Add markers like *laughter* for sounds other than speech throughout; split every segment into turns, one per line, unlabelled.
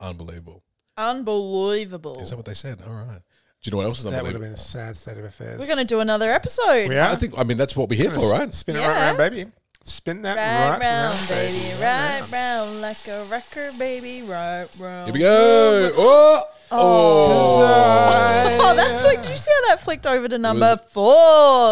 Unbelievable.
Unbelievable.
Is that what they said? All right. Do you know what else is
Oh. That would have
unbelievable?
been a sad state of affairs.
We're going to do another episode.
We are.
I think. I mean, that's what we're here
Gonna
for,
s-
right?
Spin it right
Yeah.
round, baby. Spin that
Right,
right,
round,
round,
baby, right,
round.
round, like a record, baby, right round.
Here we go. Oh.
Oh.
Oh, that flicked. You see how that flicked over to number
it
four?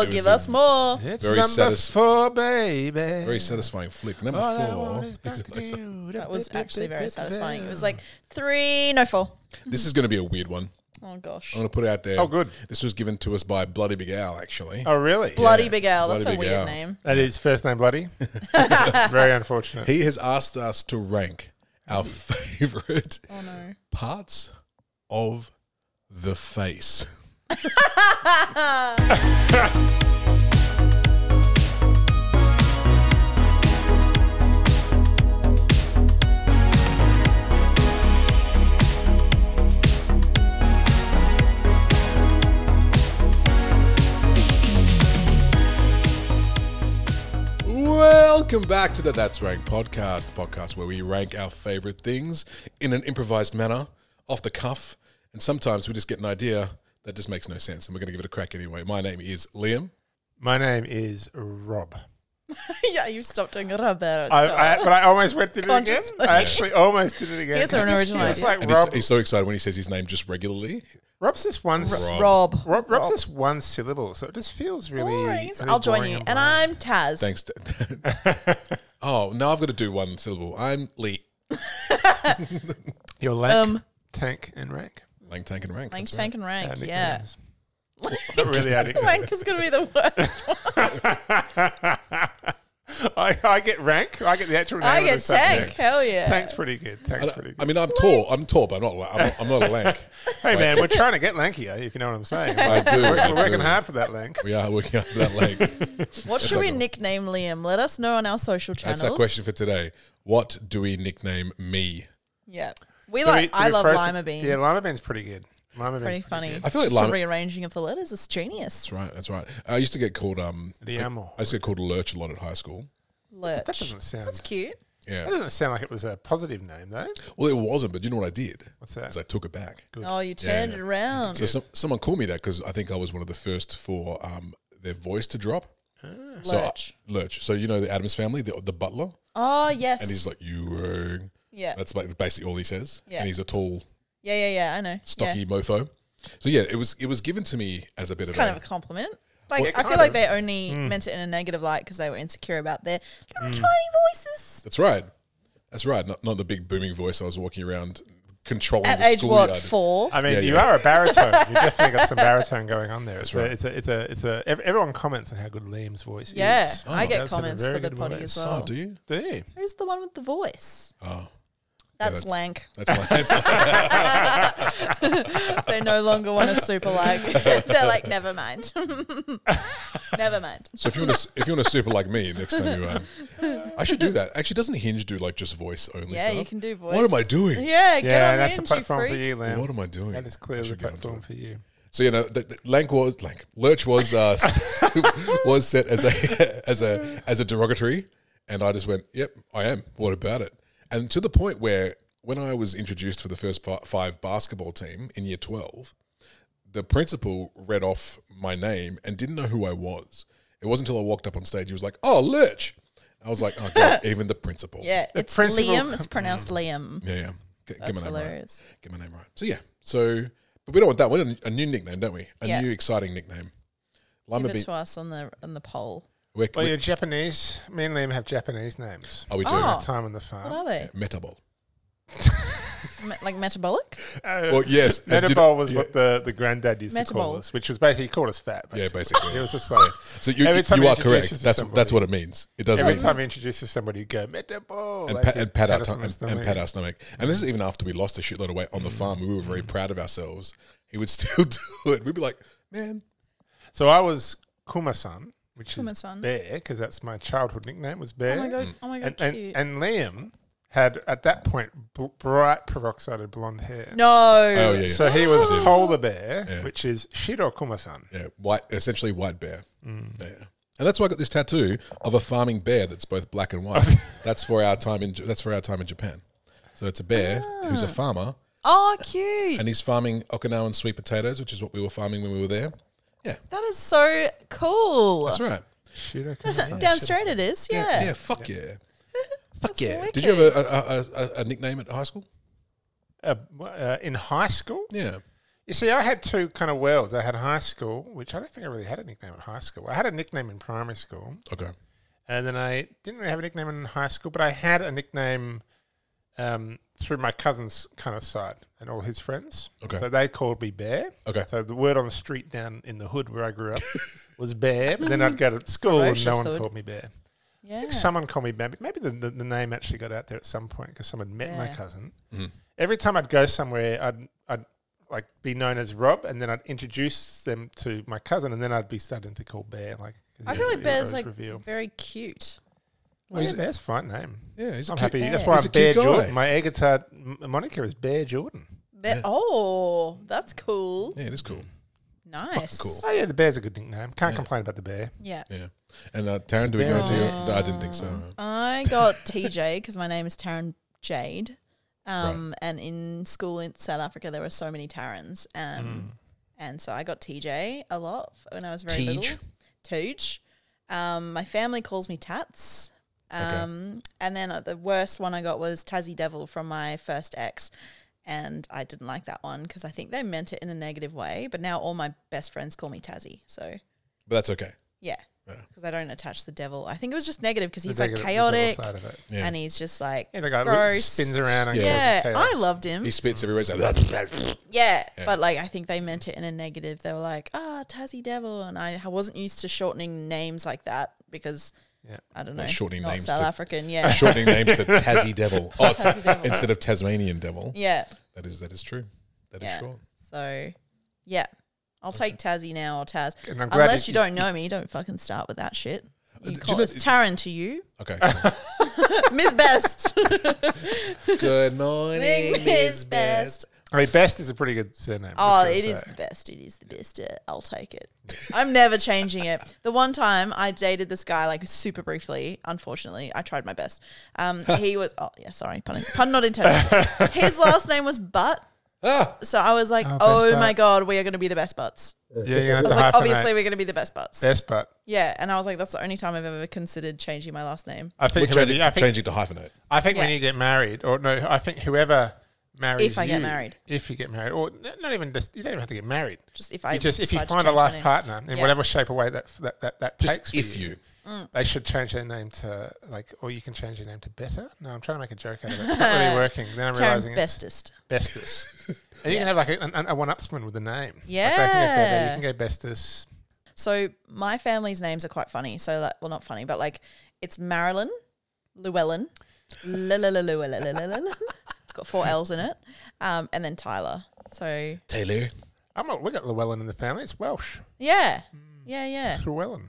was
Give
a-
us more.
It's
Very
number
satis-
four, baby.
Very satisfying flick. Number
All I
four.
want Oh, is back to you.
That was actually very satisfying. It was like three, no, four.
This is going to be a weird one.
Oh, gosh.
I'm going to put it out there.
Oh, good.
This was given to us by Bloody Big Al, actually.
Oh, really?
Bloody
yeah,
Big Al. That's
Bloody
a
Big
weird
Al.
name.
That is first name
*laughs*
bloody. very unfortunate.
He has asked us to rank our *laughs* favorite
Oh, no.
parts of the face. Welcome back to the That's Rank podcast, the podcast where we rank our favorite things in an improvised manner, off the cuff, and sometimes we just get an idea that just makes no sense, and we're going to give it a crack anyway. My name is Liam.
My name is Rob.
*laughs* yeah, you've stopped doing Roberto.
I, I, but I almost went did it again.
Consciously.
I actually almost did it again.
Here's an
It just
original
feels
idea.
like
And he's,
Rob,
he's so excited when he says his name just regularly.
Rob's just one. s-
Rob.
Rob.
Rob, Rob's just one syllable, so it just feels really.
Boring.
really
I'll join
boring
you. And
boring.
I'm Taz.
Thanks.
*laughs*
oh, now I've got to do one syllable. I'm Lee.
Your lank,
Um,
tank, and rank.
Lang Tank and Rank.
Thanks,
that's
Tank and Rank.
Our
Yeah.
nicknames. Not really our
*laughs*
nicknames.
Rank is going to be the worst.
*laughs* I, I get rank. I get the actual name.
I
of the
get
subject.
Tank. Hell yeah.
Tank's pretty good. Tank's
right.
pretty good.
I mean, I'm tall. I'm tall, but I'm not. la- I'm not, I'm not a
*laughs*
lank.
hey man, we're trying to get lankier, if you know what
*laughs*
I'm saying.
I do. I
We're working
do.
hard for that lank.
We are working out for that lank.
What should we
okay.
nickname Liam? Let us know on our social channels.
That's our question for today. What do we nickname me?
Yeah. We
Do we-
like,
do
I
we
love
frozen-
lima bean.
Yeah, lima bean's pretty good. Lima bean's
pretty funny.
good.
I feel like
It's just a
lima-
rearranging of the letters. It's genius.
That's right. That's right. I used to get called um.
The animal.
I used to get called lurch a lot at high school.
Lurch.
That doesn't sound.
That's cute.
Yeah.
That doesn't sound like it was a positive name though.
Well, it wasn't, but you know what I did?
What's that?
Is I took it back.
Oh, you turned
yeah.
it around.
So some, someone called me that because I think I was one of the first for um their voice to drop. So I-
Lurch.
Lurch. So you know the Adams family, the, the butler,
Oh yes.
and he's like, "You wrong."
yeah,
That's like basically all he says.
Yeah.
And he's a tall,
yeah, yeah, yeah. I know.
stocky
yeah.
mofo. So yeah, it was it was given to me as a bit of
kind
a,
of a compliment. Like
Well, Hmm.
I feel
kind
like
of.
they only meant it in a negative light because they were insecure about their little tiny voices.
That's right. That's right. Not, not the big booming voice I was walking around controlling
At
the
age
schoolyard.
what four?
I mean,
Yeah,
you
yeah.
are a baritone. You've
*laughs*
definitely got some baritone going on there. It's,
right.
a, it's a, it's a, it's a. ev- Everyone comments on how good Liam's voice
yeah,
is.
I get
That's a
comments
very
for the
good
potty
voice.
as
Oh,
well.
do you?
Do you?
Who's the one with the voice?
Oh, that's-
That's,
*laughs*
lank.
that's my that's,
*laughs* They no longer want a
*laughs*
super like. They're like, never mind, *laughs* never mind.
so. If you want to, if you want to super like me, next time you, um, I should do that. Actually, doesn't Hinge do like just voice only?
Yeah, you
stuff?
can do voice.
What am I doing?
Yeah, get
Yeah,
on
that's
Hinge,
the platform
you
for
freak.
you, Liam.
What am I doing?
That is
I
clearly the
should get onto
platform
it.
for you.
So you know, the, the Lank was Lank Lurch was uh, *laughs* was set as a as a as a derogatory, and I just went, "Yep, I am." What about it? And to the point where when I was introduced for the first fi- five basketball team in year twelve, the principal read off my name and didn't know who I was. It wasn't until I walked up on stage he was like, "Oh, Lurch." I was like, "Oh
*laughs*
God, even the principal."
Yeah,
The
it's
principal-
Liam. It's pronounced Liam.
Mm. yeah, yeah. Get, get
That's
my name right.
hilarious.
Get my name right. So yeah. So, but we don't want that. We want a new nickname, don't we? A
Yeah.
new exciting nickname. Lima
Give it
bean.
to us on the on the poll.
We're,
Well,
we're,
you're Japanese. Me and Liam have Japanese names.
are we doing
Oh.
it?
Time on the
What
farm.
are they?
Metabol.
Me- like metabolic?
Well, yes. and did-
Uh, Metabol was
yeah,
what the, the granddad used to
Metabol.
call us, which was basically he called us fat. Basically.
Yeah, basically.
It was just like
So you,
Every time
you
he
are
introduces
correct.
us to
That's
somebody.
that's what it means. It does
every
mean
time he introduces somebody, you go Metabol,
and,
like
pat,
you
and pat our
us
tongue
on
and,
the
and
stomach.
pat our stomach. And this is even after we lost a shitload of weight on the
Mm.
farm. We were very proud of ourselves. He would *laughs* still do it. We'd be like, man,
So I was Kumasan, which
Kuma-san.
is bear, because that's my childhood nickname was bear.
Oh my
Mm.
god! Oh my god!
and, and,
cute.
and Liam had at that point bl- bright peroxided blonde hair.
no.
oh yeah, yeah.
So he was polar bear,
Yeah.
which is Shiro Kumasan.
yeah, white, essentially white bear.
Mm.
Yeah. And that's why I got this
*laughs*
tattoo of a farming bear that's both black and white. that's for our time in. J- That's for our time in Japan. So So it's a bear
Ah.
who's a farmer,
Oh, cute.
and he's farming Okinawan sweet potatoes, which is what we were farming when we were there. Yeah,
that is so cool.
that's right.
Shoot, I can say.
Down straight it is. Yeah.
yeah, fuck yeah,
*laughs*
fuck yeah. Did
wicked.
you have a, a, a, a, a nickname at high school?
Uh, uh, in high school,
Yeah,
you see, I had two kind of worlds. I had high school, which I don't think I really had a nickname at high school. I had a nickname in primary school,
okay.
and then I didn't really have a nickname in high school, but I had a nickname um, through my cousin's kind of side and all his friends.
Okay.
So they called me Bear.
Okay.
So the word on the street down in the hood where I grew up was Bear, but then I'd go to school and no
Ferocious
one
hood.
called me Bear. I
Yeah.
think someone called me Bear, but maybe the, the, the name actually got out there at some point because someone met my
Yeah.
cousin.
Mhm.
Every time I'd go somewhere, I'd, I'd like be known as Rob, and then I'd introduce them to my cousin, and then I'd be starting to call Bear. Like, 'cause
I
it-
feel
it
like Bear's
always
like
reveal.
very cute.
Well, yeah, Bear's a fine name.
Yeah, he's a
I'm
cute-
happy. That's
Bear.
why
He's
I'm
a
Bear
cute guy.
Jordan. My air guitar m- moniker is Bear Jordan.
Bear- Oh, that's cool.
Yeah, it is cool.
Nice.
cool.
Oh yeah, the Bear's a good nickname. Can't complain about the Bear.
Yeah.
Yeah. And uh, Taryn, do we go into your? No, I didn't think so.
I got *laughs* TJ because my name is Taryn Jade. Um, And in school in South Africa, there were so many Tarans. Um, And so I got TJ a lot f- when I was very
Tej.
little. Tej. Um, my family calls me Tats. Um, And then uh, the worst one I got was Tassie Devil from my first ex. And I didn't like that one because I think they meant it in a negative way. But now all my best friends call me Tassie. So
But that's okay.
yeah.
Yeah.
Because I don't attach the devil. I think it was just negative because he's
The
like
negative- the devil
chaotic
side of it.
Yeah.
and he's just like
Yeah, the guy that
gross.
spins around and
Yeah.
causes
Yeah,
chaos.
I loved him.
He spits everywhere. He's like, *laughs*
yeah, but like I think they meant it in a negative. They were like, "Ah, Tassie Devil," and I I wasn't used to shortening names like that because
Yeah.
I don't know,
shortening
not
names
South
to-
African. Yeah,
shortening names to *laughs* Tassie Devil. Oh, Ta-
*laughs* Tassie Devil.
instead of Tasmanian Devil.
yeah,
That is that is true. That is
Yeah.
short.
so yeah. I'll take Tassie now or Taz.
And I'm glad
Unless
that
you,
you-
don't know me, don't fucking start with that shit.
Uh, do
You
you
call
know
it
th-
Taryn to you. *laughs*
Okay. cool.
Miss Best.
*laughs* Good morning,
Miss
Miss
Best.
Best.
I mean, Best is a pretty good surname.
Oh,
just gotta
it is
say.
the best. It is the best. Uh, I'll take it. I'm never changing
*laughs*
it. The one time I dated this guy like super briefly, unfortunately, I tried my best.
*laughs*
Um, he was oh yeah, sorry, pun, pun not intended. His last name was Butt.
Ah,
So I was like, oh,
best
my
butt."
god, we are going to be the best butts.
Yeah, you're
I
gonna
was
have
like,
to
obviously,
hyphenate
we're going to be the best butts.
Best, but
Yeah, and I was like, that's the only time I've ever considered changing my last name.
I
We're
think
changing,
whoever- I think,
changing to hyphenate.
I think when
Yeah.
you get married, or no, I think whoever marries
If I get
you,
married.
if you get married, or n- not even just you don't even have to get married.
Just if I
you just if you
decide to
find a
change my
life
name.
partner in
Yeah.
whatever shape or way that that that, that
Just
takes, for
if you.
they should change their name to like, or you can change your name to better. No, I'm trying to make a joke out of it. It's not
*laughs*
really working. Then I'm realizing
Taryn Bestest.
it's
*laughs*
Bestus. and you can have like a, an- a one-upsman with the name. Like, they can go better,
Yeah.
you can go Bestus.
So my family's names are quite funny. So like, well, not funny, but like it's Marilyn, Llewellyn, la la la la la la la la. la. It's got four L's in it, um, and then Tyler. So
Taylor.
I'm a, we got Llewellyn in the family. It's Welsh.
yeah, yeah, yeah.
It's Llewellyn.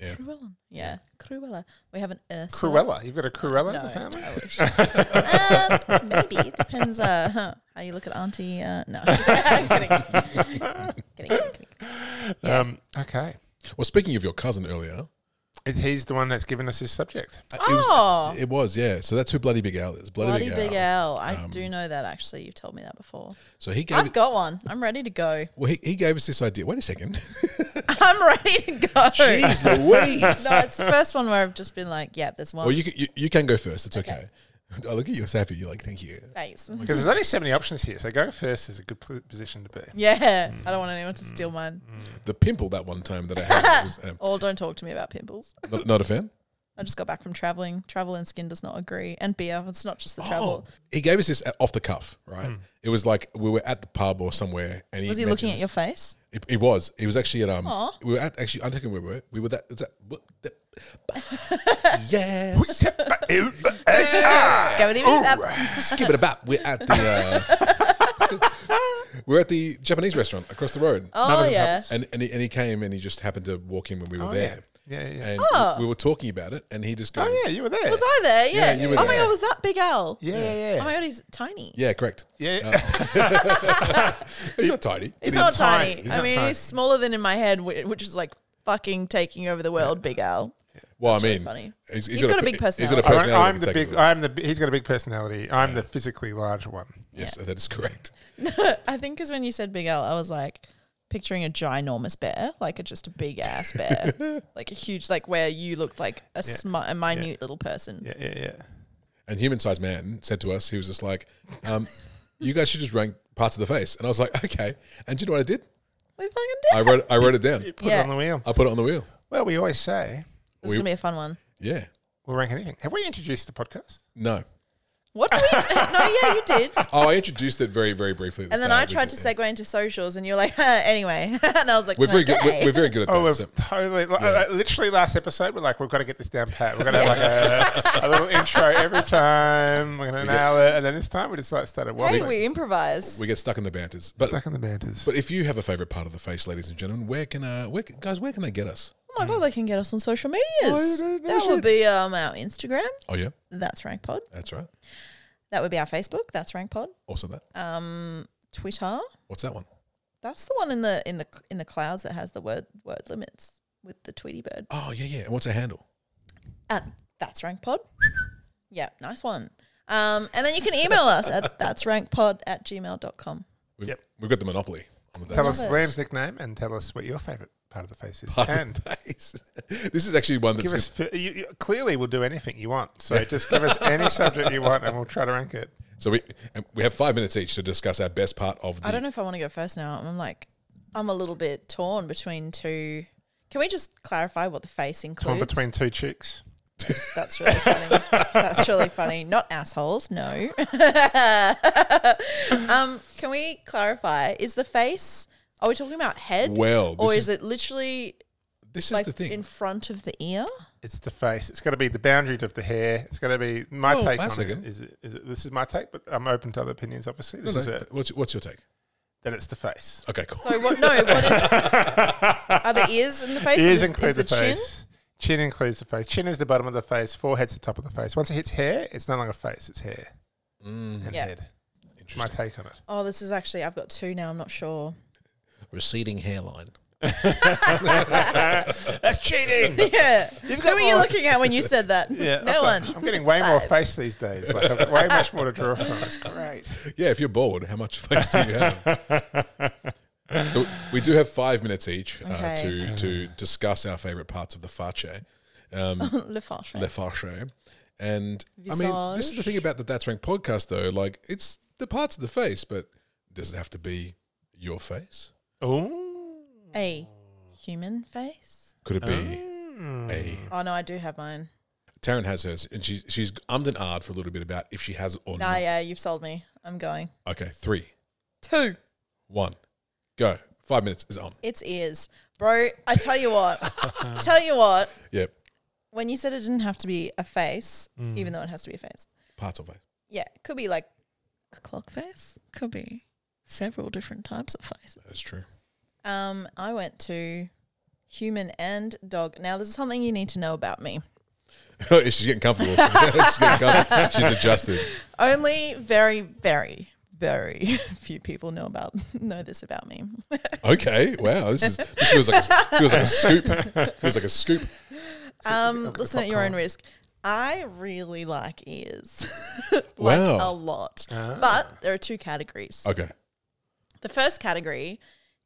Cruella, yeah, Cruella. We have an Ursula.
Cruella. You've got a Cruella
No,
in the family?
I wish. *laughs* uh, maybe it depends uh, huh, how you look at Auntie. Uh, no, *laughs* kidding. *laughs* kidding, kidding, kidding.
*laughs* Um, okay.
Well, speaking of your cousin earlier,
It- He's the one that's given us his subject.
uh,
Oh.
it, was, it was, yeah. So that's who Bloody Big Al is. Bloody,
Bloody
Big,
big
Al.
L. I do know that actually. You've told me that before.
So he gave
I've
it-
got one. I'm ready to go.
well, he, he gave us this idea. Wait a *laughs* second.
*laughs* I'm ready to go.
Jeez Louise.
No, it's the first one where I've just been like, yeah, there's one.
Well, you, can- you you can go first. It's okay. *laughs* I look at you. It's happy. You're like, thank you.
Thanks.
Because there's only so many options here. So going first is a good pl- position to be.
*laughs* Yeah, I don't want anyone to steal mine.
The pimple that one time that I had was *laughs* um,
Or don't talk to me about pimples.
not, not a fan.
I just got back from traveling. Travel and skin does not agree. And beer, it's not just the travel.
He gave us this off the cuff, right? It was like we were at the pub or somewhere, and he
Hmm. Was he looking at
mentions-
your face?
It, it was. It was actually at um.
Aw.
We were at actually. I don't think we were. We were that. Is that what, the,
*laughs*
yes.
Oh,
Go and eat that.
Skip it about. We're at the. Uh, *laughs* we're at the Japanese restaurant across the road.
Oh,
them
yeah.
helps.
And, and, he, and he came and he just happened to walk in when we
Oh,
were there.
Yeah, yeah, yeah.
And we were talking about it, and he just goes,
oh, yeah, you were there.
Was I there? Yeah.
you were
oh, my
there.
God, was that Big Al?
Yeah, yeah, Uh,
Oh,
yeah.
my God, he's tiny.
Yeah,
*laughs*
correct. *laughs*
yeah.
He's not tidy.
He's
He's
not
tiny.
tiny.
He's
I
not
mean,
tiny.
he's smaller than in my head, whi- which is like fucking taking over the world, Big Al.
Well, I
really
mean,
funny.
He's,
He's got a big
pe- He's got a
personality.
I don't-
personality.
I'm
that
the
can take
big. uh,
it all.
I'm the. He's got a big personality. I'm the physically large one.
yes, that is correct.
I think because when you said Big L, I was like picturing a ginormous bear, like a, just a big
*laughs*
ass bear, like a huge, like where you looked like a, smi- a minute little person.
Yeah, yeah, yeah.
And human sized man said to us, he was just like, um, "You guys should just rank parts of the face." And I was like, "Okay." And do you know what I did?
We fucking
I
did.
wrote I wrote it down.
You put it
Yeah.
on the wheel.
I put it on the wheel.
Well, we always say
This
we-
is gonna be a fun one.
Yeah.
we'll rank anything. Have we introduced the podcast?
No.
What? Did
*laughs*
we, *laughs* no, yeah, you did.
Oh, I introduced it very very briefly. At the
And then
start.
I
We
tried to
did-
segue into socials, and you're like, *laughs* huh, anyway. and I was like,
We're very good. We're,
okay.
we're very good at that.
Oh, we've
so-
totally. Like, uh, literally, last episode, we're like, we've got to get this down pat. We're going to have like a, a little intro every time. We're going to nail it. And then this time, we just like started
Hey,
waffling.
we improvise.
we get stuck in the banters. But
Stuck in the banters.
but if you have a favorite part of the face, ladies and gentlemen, where can uh where can- guys where can they get us?
Oh my god, they can get us on social
Oh,
medias.
they- they
that
should.
would be um our Instagram.
Oh yeah,
That's Rank Pod.
that's right.
That would be our Facebook. That's Rank Pod.
Also that.
Um, Twitter.
What's that one?
That's the one in the in the in the clouds that has the word word limits with the Tweety bird.
Oh yeah yeah. And what's a handle?
At that's rank pod. *laughs* yeah, nice one. Um, and then you can email us at that's rankpod at gmail.com.
We've,
Yep.
we've got the monopoly on the
tell
Love
us
it.
Liam's nickname and tell us what your favourite part of the
*laughs*
face is. and
face. this is actually one that's
give us, fi- you, you, clearly, we'll do anything you want. So just give us any subject you want and we'll try to rank it.
so we and we have five minutes each to discuss our best part of the.
I don't know if I want to go first now. I'm like, I'm a little bit torn between two. Can we just clarify what the face
Torn
includes?
between two chicks.
*laughs* That's really funny. That's really funny. Not assholes, no. um, can we clarify? Is the face? Are we talking about head?
Well,
or
this
is, it literally
This is
like
the thing.
in front of the ear?
It's the face. It's got to be the boundary of the hair. It's got to be my
Well,
take
that's
on it.
okay.
Is it. Is it? This is my take, but I'm open to other opinions. Obviously,
No,
this
no,
is it.
what's, what's your take?
That it's the face.
Okay, cool.
So what? No, what is? Are
*laughs*
the ears in the face? Is-
Ears
is
include the, face. Chin? includes the face. Chin is the bottom of the face. Forehead's the top of the face. Once it hits hair, it's no longer face. It's hair and
Yeah.
head. My
Mm, Interesting.
take on
*laughs*
it.
Oh, this is actually. I've got two now. I'm not sure.
Receding hairline.
*laughs* That's cheating.
*laughs* Yeah.
got
Who were you
more.
looking at when you said that?
*laughs* Yeah,
no
I've got-
one.
*laughs* I'm getting way
*laughs*
more face these days. Like I've got way much more to draw from. It's *laughs* great.
Yeah, if you're bored, how much face do you have? So we do have five minutes each uh,
Okay.
to to discuss our favorite parts of the farce, um,
Le Fauche.
the farce, and I mean this is the thing about the That's Rank podcast though. Like it's the parts of the face, but does it have to be your face?
Ooh.
A human face.
Could it
Uh.
be a
Oh no, I do have mine.
Taryn has hers, and she's she's ummed and ahed for a little bit about if she has it
Oh,
or
Nah,
not.
yeah, you've sold me. I'm going.
Okay, three,
Two.
one, go. Five minutes is on.
It's ears, bro. I tell you
*laughs*
what. tell you what.
Yep,
When you said it didn't have to be a face,
Mm.
even though it has to be a face.
parts of it.
Yeah, it could be like a clock face. Could be several different types of faces.
That's true.
Um, I went to human and dog. Now, this is something you need to know about me.
*laughs* she's getting comfortable. *laughs* she's, getting comfortable. she's adjusted.
Only very, very, very *laughs* few people know about *laughs* know this about me.
Okay, wow. This is this feels like a, feels like a scoop. Feels like a scoop.
Um, listen at your own risk. I really like ears, *laughs* like
Wow.
a lot. But there are two categories.
Okay,
The first category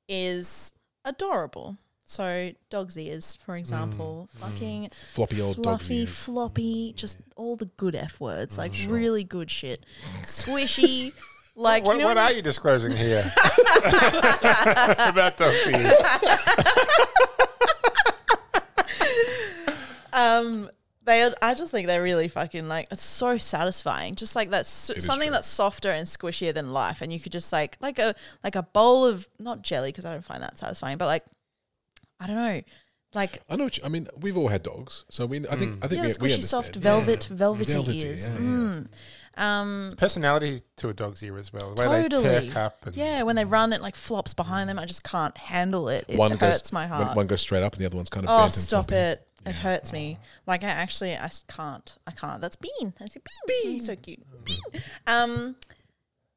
is adorable. So dog's ears, for example, fucking
floppy old dog
fluffy,
ears.
floppy, just all the good f words, like
Mm-hmm.
really good shit,
*laughs*
squishy, like
What,
you know
what
when
are you
*laughs*
disclosing here about dog ears?
um they are, I just think they're really fucking like it's so satisfying. Just like that's so,
is
something
true.
that's softer and squishier than life, and you could just like like a like a bowl of not jelly because I don't find that satisfying, but like I don't know, like
I know. What you, I mean, we've all had dogs, so we. I think. I think
yeah,
we,
squishy,
we understand.
soft velvet, velvety,
Velvety,
ears.
yeah, yeah.
Mm. Um,
personality to a dog's ear as well. The way they
Totally.
perk up and
yeah, when they run, it like flops behind them. I just can't handle it. It
One
hurts
goes.
my
One,
heart.
one goes straight up, and the other one's kind of.
oh,
bent and
stop
floppy.
it! It hurts me. Like I actually, I s- can't. I can't. That's Bean. That's a Bean. Bean. So cute. Bean. Um,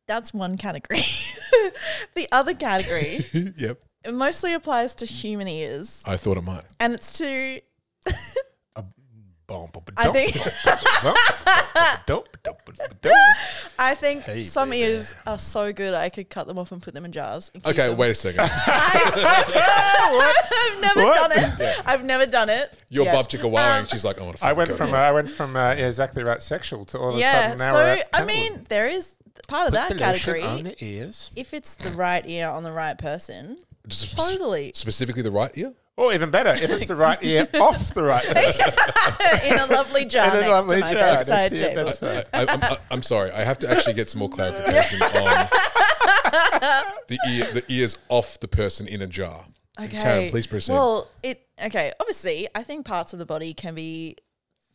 that's one category. *laughs* the other category
*laughs* yep,
it mostly applies to human ears,
I thought it might.
and it's to
a
I think I think
Hey,
some
baby.
ears are so good I could cut them off and put them in
*laughs*
jars. *laughs* and keep
Okay,
them.
wait a second.
I've never
What?
done it. I've never done it.
*laughs*
Um,
Your
yet.
bub chicka wowing. She's like, "Oh, I want to.
I went from uh, I went from uh, yeah, exactly right sexual to all of a
Yeah.
sudden now we're
So
at
I
Tamil.
mean, there is part of
The
that
lotion on
category.
the ears,
If it's the right ear on the right person, *laughs*
Just-
totally
specifically the right ear.
or even better, if it's the right
*laughs*
ear off the right. ear.
in a lovely jar
In a
next
lovely
to my
jar,
bedside
that's it,
table.
that's-
I, I, I'm, I, I'm sorry. I have to actually get some more
*laughs*
clarification on the ear, the ears off the person in a jar.
Okay.
Taryn, please proceed.
Well, it okay. Obviously, I think parts of the body can be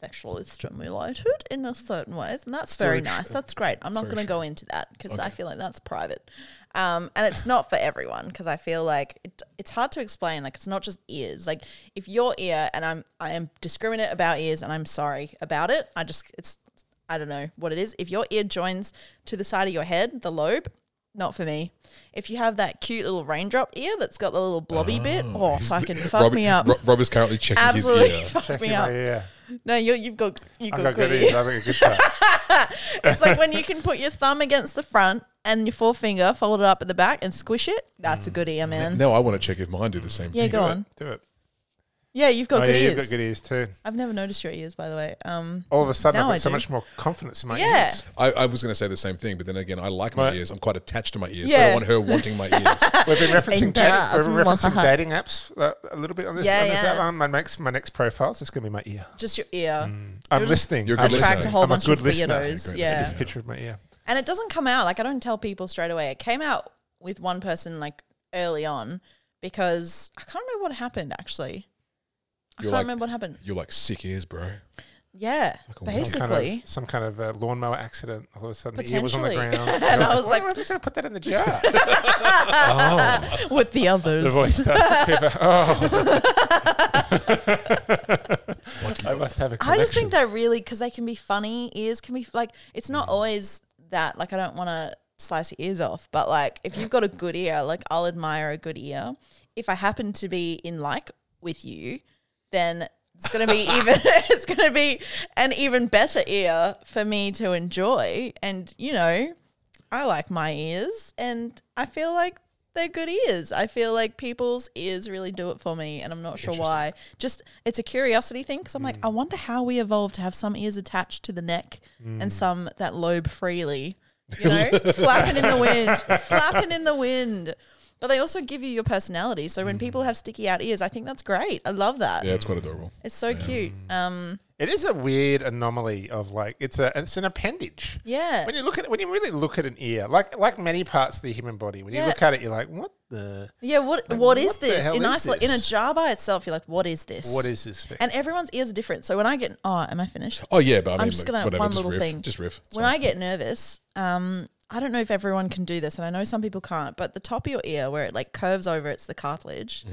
sexually stimulated in a certain ways, and that's very
Stimulation.
nice. That's great. I'm not
very
going to go into that because I feel like that's private, um, and it's not for everyone because I feel like it, it's hard to explain. Like it's not just ears. Like if your ear, and I'm I am discriminate about ears, and I'm sorry about it. I just it's I don't know what it is. If your ear joins to the side of your head, the lobe, not for me. If you have that cute little raindrop ear that's got the little blobby bit, oh fucking fuck
Rob-
me up.
Ro- Rob is currently checking his
Absolutely
ear.
*laughs* fuck me
Yeah,
up.
yeah.
No, you you've got you
I
got,
got
good,
good ears.
ears.
I think a good time.
It's like when you can put your thumb against the front and your forefinger fold it up at the back and squish it. That's a good
Mm.
ear, man.
Now I want to check if mine do the same
Yeah,
thing.
go on.
Do it.
Yeah, you've got
oh
good
yeah,
ears.
you've got good ears too.
I've never noticed your ears, by the way. Um,
All of a sudden,
Now
I've
I
got so
do.
much more confidence in my
Yeah.
ears.
I, I was going to say the same thing, but then again, I like my
Right.
ears. I'm quite attached to my ears. I
Yeah.
don't want her wanting
*laughs*
my ears.
We've been referencing,
And
dating, we've
jars.
been referencing dating apps uh, a little bit on this.
Yeah,
on this
yeah.
app. Um, my next my next profile is just gonna be my ear.
just your ear.
I'm
You're just
listening.
You're a
I'm
good
Attract
listening.
a whole
I'm
bunch
good
of
listener.
weirdos.
Great
Yeah.
listener.
This picture of my ear.
And it doesn't come out. Like I don't tell people straight away. It came out with one person like early on because I can't remember what happened actually.
You're
I can't
like-
remember what happened.
You're like sick ears, bro.
Yeah,
Fucking weird.
Some kind
basically.
of, some kind of uh, lawnmower accident. All of a sudden, the ear was on the ground.
Potentially. *laughs* And I was like-
I'm just gonna put
*laughs*
that in the jar.
Oh.
With the others.
the voice starts to quiver. Oh,
*laughs*
Like,
*laughs* I must have
I
a connection.
just think they're really because they can be funny. Ears can be like it's not
Mm.
always that. Like I don't want to slice your ears off, but like if you've got a good ear, like I'll admire a good ear. If I happen to be in like with you, then it's gonna
*laughs*
be even. *laughs* it's gonna be an even better ear for me to enjoy. And you know, I like my ears, and I feel like. They're good ears. I feel like people's ears really do it for me, and I'm not sure why. Just it's a curiosity thing because I'm
Mm.
like, I wonder how we evolved to have some ears attached to the neck and
Mm.
some that lobe freely,
*laughs*
you know, flapping in the wind, flapping in the wind. But they also give you your personality. So when
Mm.
people have sticky out ears, I think that's great. I love that.
yeah, it's quite adorable.
It's so cute. Um,
it is a weird anomaly of like it's a it's an appendage.
yeah.
When you look at when you really look at an ear, like like many parts of the human body, when you
Yeah.
look at it, you're like, what the
Yeah, what
what
what is
the
this?
hell
In
is
isolate in a
this?
jar by itself, you're like, what is this?
what is this thing?
And everyone's ears are different. So when I get oh, am I finished?
Oh yeah, but I mean,
I'm just
like,
gonna
whatever,
one
just
little
riff,
thing.
Just riff. It's
when
fine.
I get nervous, um, I don't know if everyone can do this, and I know some people can't, but the top of your ear where it like curves over, it's the cartilage.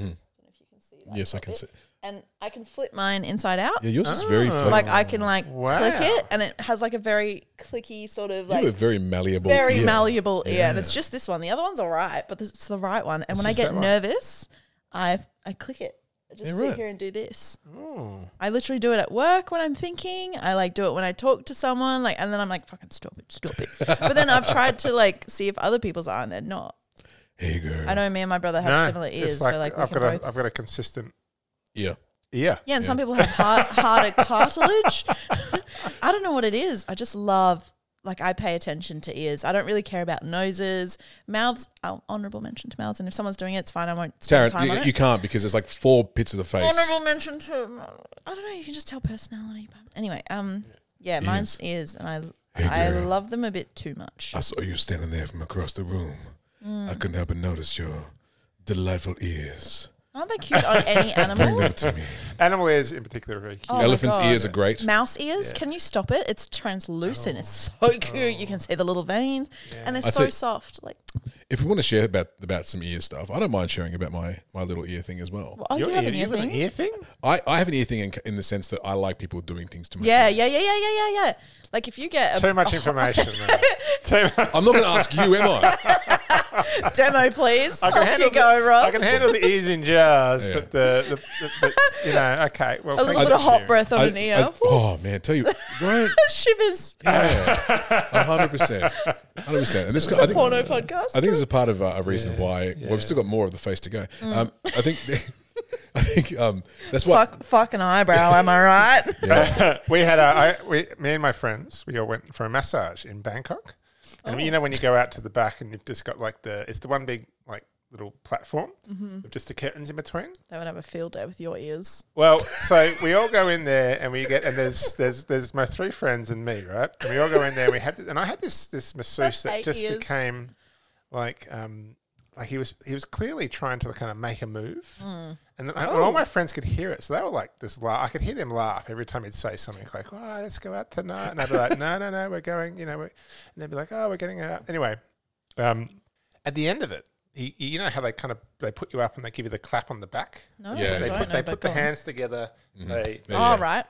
yes, I can see.
And I can flip mine inside out.
Yeah, yours is very
Ah.
flat.
Like I can like
Wow.
click it and it has like a very clicky sort of
you have a
like
very malleable.
very
ear.
malleable ear. And it's just this one. The other one's all right, but this, it's the right one. And when I
just
get
that one.
nervous, I I click it. I just
Yeah,
sit
right.
here and do this.
Oh.
I literally do it at work when I'm thinking. I like do it when I talk to someone, like, and then I'm like, fucking stop it, stop it. but then I've tried to like see if other people's are, and they're not.
Hey girl.
I know me and my brother have similar ears, so like we
I've
can
got
both.
a I've got a consistent
Yeah.
ear.
yeah, and some people have hard, harder cartilage. *laughs* I don't know what it is. I just love. Like I pay attention to ears. I don't really care about noses, mouths. Oh, honorable mention to mouths, and if someone's doing it, it's fine. I won't spend
Taryn,
time
you,
on it.
you can't because there's like four bits of the face.
honorable mention to um, I don't know. You can just tell personality. But anyway, um, yeah, mine's ears, and I I
girl. Oh.
love them a bit too much.
I saw you standing there from across the room. I
Mm.
couldn't help but notice your delightful
*laughs*
ears.
Aren't they cute on any
Bring
animal?
them to me.
Animal ears in particular are very cute.
Oh my
Elephant's
God.
ears are great.
Mouse ears? Can you stop it? It's translucent. It's so cute. You can see the little veins, and they're
I
so
see-
soft. Like,
If you want to share about about some ear stuff, I don't mind sharing about my my little ear thing as well.
oh, you have an ear
you have an
thing?
ear thing?
I, I have an ear thing in, in the sense that I like people doing things to me.
Yeah, yeah, yeah, yeah, yeah, yeah, yeah. Like if you get a,
Too
*laughs*
much
a ho-
information. man. Too much.
*laughs*
I'm not going to ask you, am I?
Demo, please.
*laughs* I can
Off
handle
you go,
the,
Rob.
I can handle the ears in jars,
Yeah.
but the, the, the, the- you know, okay. Well,
a
thank
little
you
bit of
for
hot
sharing.
breath on
I-
an ear.
I-
*laughs*
oh man, tell you, right?
Shivers.
Yeah, hundred percent, hundred percent. And this, guy, I think,
Porno podcast.
I think this is part of uh, a reason why
yeah.
we've still got more of the face to go. Um, I think, *laughs* I think um, that's why.
Mm. Fuck, fuck an eyebrow. Am I right? *laughs*
we had a, I, we, me and my friends, we all went for a massage in Bangkok. And you know when you go out to the back and you've just got like the, it's the one big like little platform with just the curtains in between.
They would have a field day with your ears.
Well, so we all go in there and we get, and there's there's there's my three friends and me, right? And we all go in there. And we had, th- and I had this this
That's
masseuse that
eight
just
years.
became like, um, like he was he was clearly trying to kind of make a move,
Hmm.
and, then- and
Oh.
all my friends could hear it, so they were like this laugh. I could hear them laugh every time he'd say something like, "Oh, let's go out tonight," and I'd be like, "No, no, no, we're going," you know, we're, and they'd be like, "Oh, we're getting out anyway." Um, at the end of it, he, you know how they kind of they put you up and they give you the clap on the back.
Yeah.
No, I
They
They
don't
put,
know.
they
but
put the
go on.
hands together. They
There you
Oh,
go.
right.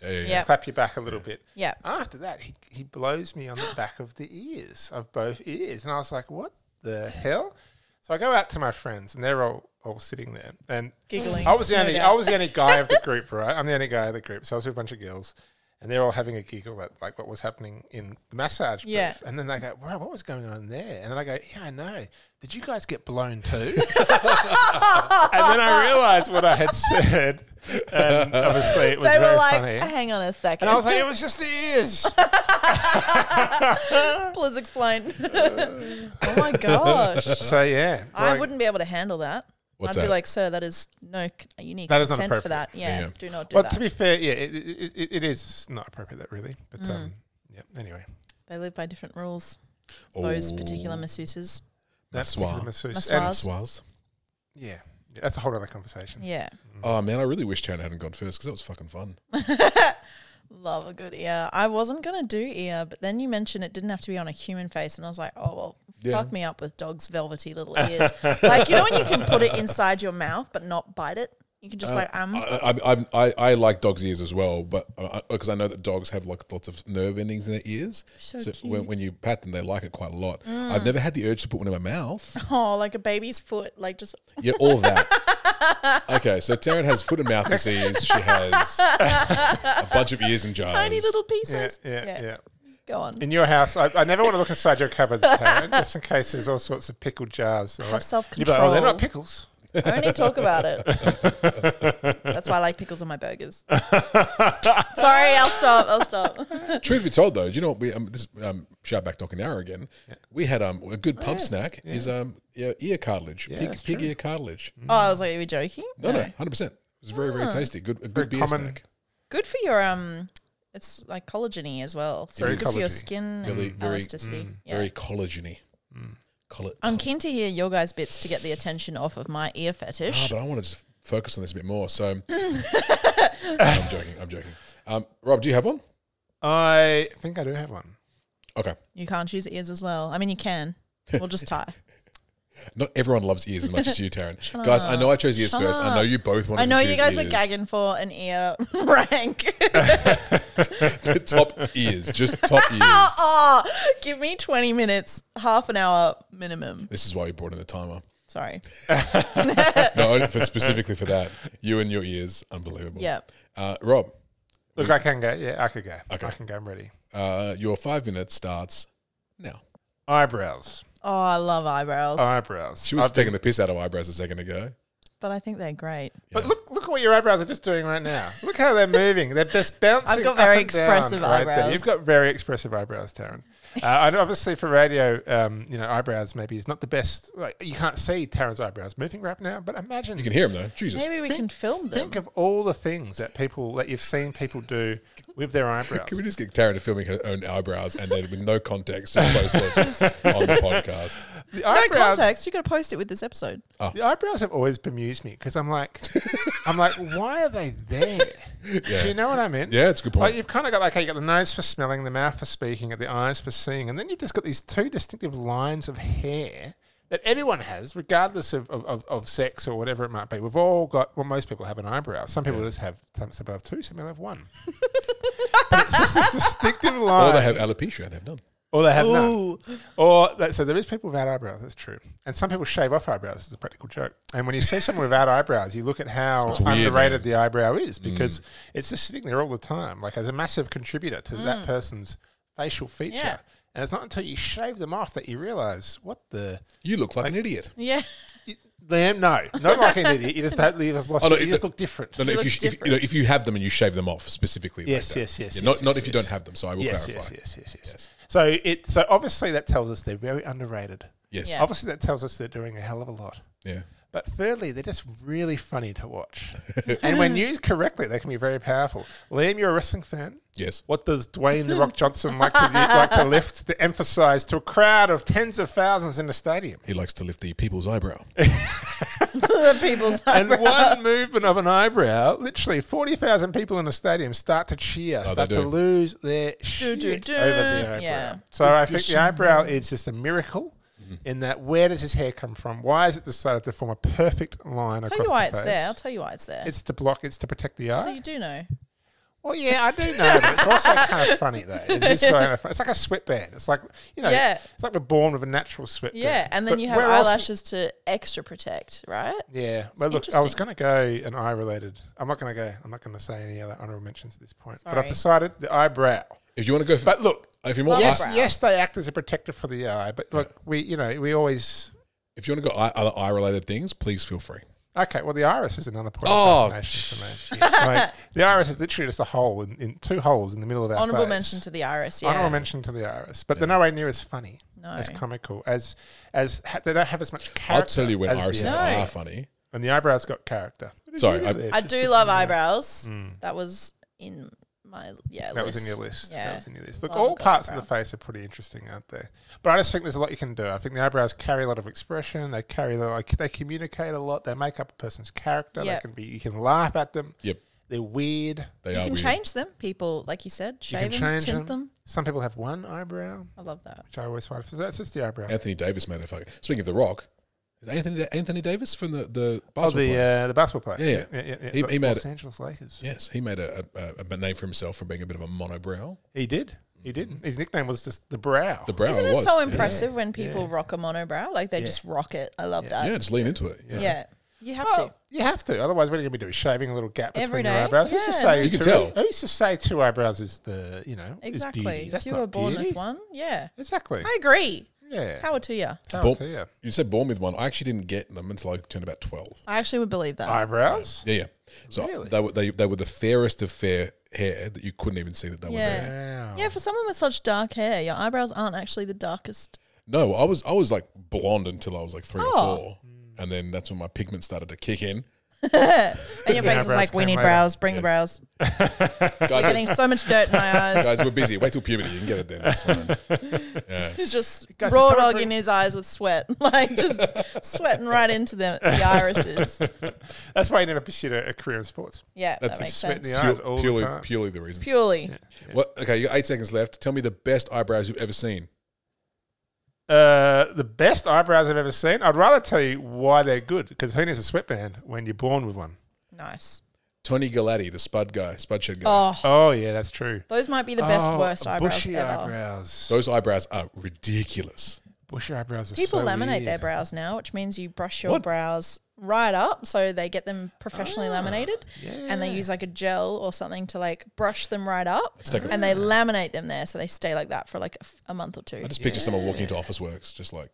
Yeah, yeah, yeah.
Yeah.
clap you back a little bit.
Yeah.
After that, he, he blows me on the back of the ears of both ears, and I was like, "What the hell?" So I go out to my friends, and they're all all sitting there, and
Giggling,
I was the
no
only
doubt.
I was the only guy of the group, *laughs* right? I'm the only guy of the group, so I was with a bunch of girls. And they're all having a giggle at like what was happening in the massage booth.
Yeah.
And then they go, "Wow, what was going on there?" And then I go, "Yeah, I know. Did you guys get blown too?" *laughs* and then I realized what I had said. And obviously, it was
They were
very
like,
funny.
hang on a second.
And I
*laughs*
was like, it was just the ears.
please
*laughs*
explain. oh my gosh.
*laughs* so yeah,
I
like,
wouldn't be able to handle that.
What's
I'd be
that?
like, sir, that is no, c- you need
That is not
consent for
appropriate.
that. Yeah,
Yeah.
do not do
Well,
that.
to be fair, yeah, it, it, it, it is not appropriate that really. But
Mm.
um, yeah, anyway,
they live by different rules.
Oh,
Those particular masseuses.
that's
Massoir.
masseuse.
Massoir.
And,
Massoirs.
Swaz.
yeah, yeah, that's a whole other conversation.
Yeah,
Oh man, I really wish Chan hadn't gone first because that was fucking fun.
love a good ear. I wasn't gonna do ear, but then you mentioned it didn't have to be on a human face, and I was like, oh well,
Yeah.
fuck me up with dogs' velvety little ears. *laughs* like you know when you can put it inside your mouth but not bite it. You
Uh,
can just like um.
I, I, I've- I, I like dogs' ears as well, but because I, know that dogs have like lots of nerve endings in their ears,
So Mm.
When, when you pat them, they like it quite a lot. I've never had the urge to put one in my mouth.
*laughs* Oh, like a baby's foot, like just
Yeah, all of that.
*laughs*
okay, so Taryn has foot and mouth disease. She has a bunch of ears and jars.
tiny little
Yeah,
pieces.
yeah, yeah.
Go on.
In your house, I, I never want to look inside your
*laughs*
cupboards, Taryn, just in case there's all sorts of pickled jars. all right? You'd be like, oh, they're
self-control."
not pickles.
Only talk about it. That's why I like pickles on my
*laughs*
burgers. Sorry, I'll stop. I'll stop.
Mm.
Truth be told, though, do you know what? We um, this um, shout back Doc and Arrow again. We had um a
Oh,
good pub snack is um yeah, ear cartilage, pig,
that's
pig
true.
ear cartilage.
Oh, I was like, are we joking?
No, no, hundred percent. It was very,
Ah.
very tasty. Good, a good beer
common.
snack.
Good for your um. It's like collagen-y as well, so
Very
it's good for your
collagen-y.
skin
Really,
and
very- mm,
elasticity. yeah.
Very collagen-y.
Mm.
Ah, Coll-
I'm keen to hear your guys' bits to get the attention off of my ear
Ah,
fetish.
but I want to just focus on this a bit more.
*laughs*
So I'm joking. I'm joking. Um, Rob, do you have one?
I think I do have one.
Okay.
you can't choose ears as well. I mean,
*laughs*
you can. We'll just tie.
Not everyone loves ears as much as you,
*laughs*
Taryn. Guys, I know I chose ears
Shut
first. I know
up.
you both wanted
I know
to
you
choose
guys were
ears.
gagging for an ear *laughs* rank.
*laughs* top ears,
*laughs*
just top ears.
oh, give me 20 minutes, half an hour minimum.
This is why we brought in the timer.
Sorry.
No, only for specifically for that. You and your ears, unbelievable.
Yeah.
Uh, Rob,
Look, I can go. Yeah, I could go.
Okay.
I can go. I'm ready.
uh, your five minutes starts now.
Eyebrows.
Oh, I love eyebrows,
Eyebrows.
She was
I've been-
taking the piss out of eyebrows a second ago.
but I think they're great.
But look, look at what your eyebrows are just doing right now. Look how they're moving. They're just
*laughs*
bouncing.
I've got
up
very
and down
expressive
right there.
eyebrows.
You've got very expressive eyebrows, Taryn.
*laughs*
Uh, and obviously for radio, um, you know, eyebrows maybe is not the best. Like, you can't see Taryn's eyebrows moving right now, but imagine.
You can hear him though. Jesus.
Maybe we can film them.
think of all the things that people that you've seen people do with their eyebrows.
*laughs*
Can we just get Taryn to filming her own eyebrows and then with no context, just post it on the podcast?
The
No
eyebrows,
context. You got to post it with this episode.
the eyebrows have always bemused me because
*laughs*
I'm like, I'm like, why are they there? Do you know what I mean?
Yeah, it's a good
Like
point.
you've kind of got like okay, you got the nose for smelling, the mouth for speaking, and the eyes for seeing, and then you've just got these two distinctive lines of hair that everyone has, regardless of, of, of, of sex or whatever it might be. We've all got well, most people have an eyebrow. Some people just have some people *laughs* have two, some people have one. but it's just this distinctive line.
Or they have alopecia and have none.
Or they have none.
Ooh.
Or that, so there is people without eyebrows. That's true. And some people shave off eyebrows. It's a practical joke. And when you see someone without eyebrows, you look at how
It's weird, Mm.
underrated the eyebrow is because it's just sitting there all the time, like as a massive contributor to that person's facial feature.
Mm. Yeah.
And it's not until you shave them off that you realize what the
You look like an idiot.
Yeah. *laughs*
Liam. No, not like an idiot. You just don't. You just, lost,
Oh, no,
you
it-
just look different.
No, no,
You
if you,
look
sh- if, you know, if you have them and you shave them off specifically. like
Yes,
that.
yes, yes,
Yeah,
yes,
not not
yes,
if you
yes.
don't have them. So I will
yes, yes,
clarify.
yes, yes, yes,
Yes.
So it. So obviously that tells us they're very underrated.
Yes.
Yeah.
Obviously that tells us they're doing a hell of a lot.
Yeah.
But thirdly, they're just really funny to *laughs* watch. and when used correctly, they can be very powerful. Liam, you're a wrestling fan.
Yes.
What does Dwayne The *laughs* Rock Johnson like to, like to lift to emphasize to a crowd of tens of thousands in the stadium?
He likes to lift the people's eyebrow.
People's
*laughs* And one movement of an eyebrow, literally 40,000 people in the stadium start to cheer,
Oh, they
start to
do.
lose their shit
do, do.
over the eyebrow.
Yeah.
So I think the eyebrow is just a miracle
Mm-hmm.
in that where does his hair come from? Why is it decided to form a perfect line
I'll tell
across
you why
the
it's
face?
there. I'll tell you why it's there.
It's to block. It's to protect the
so
eye.
you do know.
Well, yeah, I do know, but it's also kind of funny though.
*laughs*
It's just kind of funny. It's like a sweatband. It's like you know,
Yeah.
it's like we're born with a natural sweatband.
Yeah. And then
But
you have
where else-
eyelashes to extra protect, right?
Yeah. Well, look, I was going to go an eye related. I'm not going to go. I'm not going to say any other honorable mentions at this point. But I've
Sorry.
decided the eyebrow.
If you want to go, for,
But look,
if you're more, eye-
yes,
Eyebrow.
yes, they act as a protector for the eye. But look, we, you know, we always.
if you want to go eye, other eye related things, please feel free.
Okay, well, the iris is another point
Oh,
of fascination for me. It's like, the iris is literally just a hole in, in two holes in the middle of our
Honorable
face.
mention to the iris. Yeah. Oh,
Honorable mention to the iris, but they're nowhere near as funny,
No.
as comical, as as ha- they don't have as much character.
I'll tell you when
as
irises
the,
No.
are funny.
and the eyebrows got character. What did
Sorry,
you
I-
there?
I
Just
do
put
love
them there.
eyebrows. That was in my yeah. list.
That was in your list.
Yeah.
That was in your list. Look,
Love a
all
good
parts of the
eyebrow.
face are pretty interesting, aren't they? But I just think there's a lot you can do. I think the eyebrows carry a lot of expression. They carry the, like they communicate a lot. They make up a person's character.
Yep.
They can be you can laugh at them.
Yep,
They're weird.
they
you
are
can
weird.
change them. People, like you said,
You
shave
can
them,
change
tint them.
Some people have one eyebrow,
I love that.
which I always find. So that's just the eyebrow.
Anthony Davis made a fucking. Speaking of The Rock, is Anthony Anthony Davis from the the
Oh,
basketball?
the
player?
uh, the basketball player.
Yeah, yeah.
yeah,
He-
Lo-
he made
Los
it.
Angeles Lakers.
yes, he made a, a, a name for himself from being a bit of a monobrow.
He did. He did. His nickname was just the brow.
The brow
Isn't it
was
so
yeah.
impressive when people rock a monobrow? Like they just rock it. I love
Yeah.
that.
just lean into it. Yeah.
Yeah. You have
Well,
to.
Oh, you have to. Otherwise, what are you going to be doing? Shaving a little gap between
Every
your
day?
eyebrows? Who's to
Yeah,
say
You can
two-
tell.
Who's to say two eyebrows is the you know is beauty?
Exactly.
That's
If you
not
were born
beauty.
with one, yeah.
Exactly.
I agree.
yeah.
Power to you.
Power
Born-
to you.
You said born with one. I actually didn't get them until I turned about twelve.
I actually would believe that.
Eyebrows.
Yeah, yeah. So
Really?
they were they, they were the fairest of fair hair that you couldn't even see that they were
Yeah.
there.
Wow.
Yeah, for someone with such dark hair, your eyebrows aren't actually the darkest.
No, I was I was like blonde until I was like three
Oh.
or four, and then that's when my pigment started to kick in.
And your face is
eyebrows
like, we
came
need
later.
brows, bring the
*laughs*
brows.
Guys,
*laughs* Getting so much dirt in my eyes.
guys, we're busy. Wait till puberty, you can get it then.
*laughs*
That's fine.
He's just
Guys,
raw
is someone
dog
bring-
in his eyes with sweat, *laughs* like
*laughs*
just sweating right into the, the irises.
That's why you never pursued a, a career in sports.
Yeah,
That's
that makes
sweat in
sense.
the Eyes all the
purely,
time.
purely the reason.
Purely,
What? Okay, you got eight seconds left. Tell me the best eyebrows you've ever seen.
Uh, the best eyebrows I've ever seen. I'd rather tell you why they're good because who needs a sweatband when you're born with one?
nice.
Tony Galati, the Spud guy, Spud Shed guy.
Oh,
Oh yeah, that's true.
those might be the best
Oh,
worst eyebrows
bushy
ever.
eyebrows.
Those eyebrows are ridiculous.
bushy eyebrows. Are
People
so
laminate
weird.
their brows now, which means you brush your
What?
brows right up so they get them
Ah.
professionally laminated, and they
yeah.
use like a gel or something to like brush them right up,
take a-
and they laminate them there so they stay like that for like a, f- a month or two.
I just picture someone walking into Office Works, just like,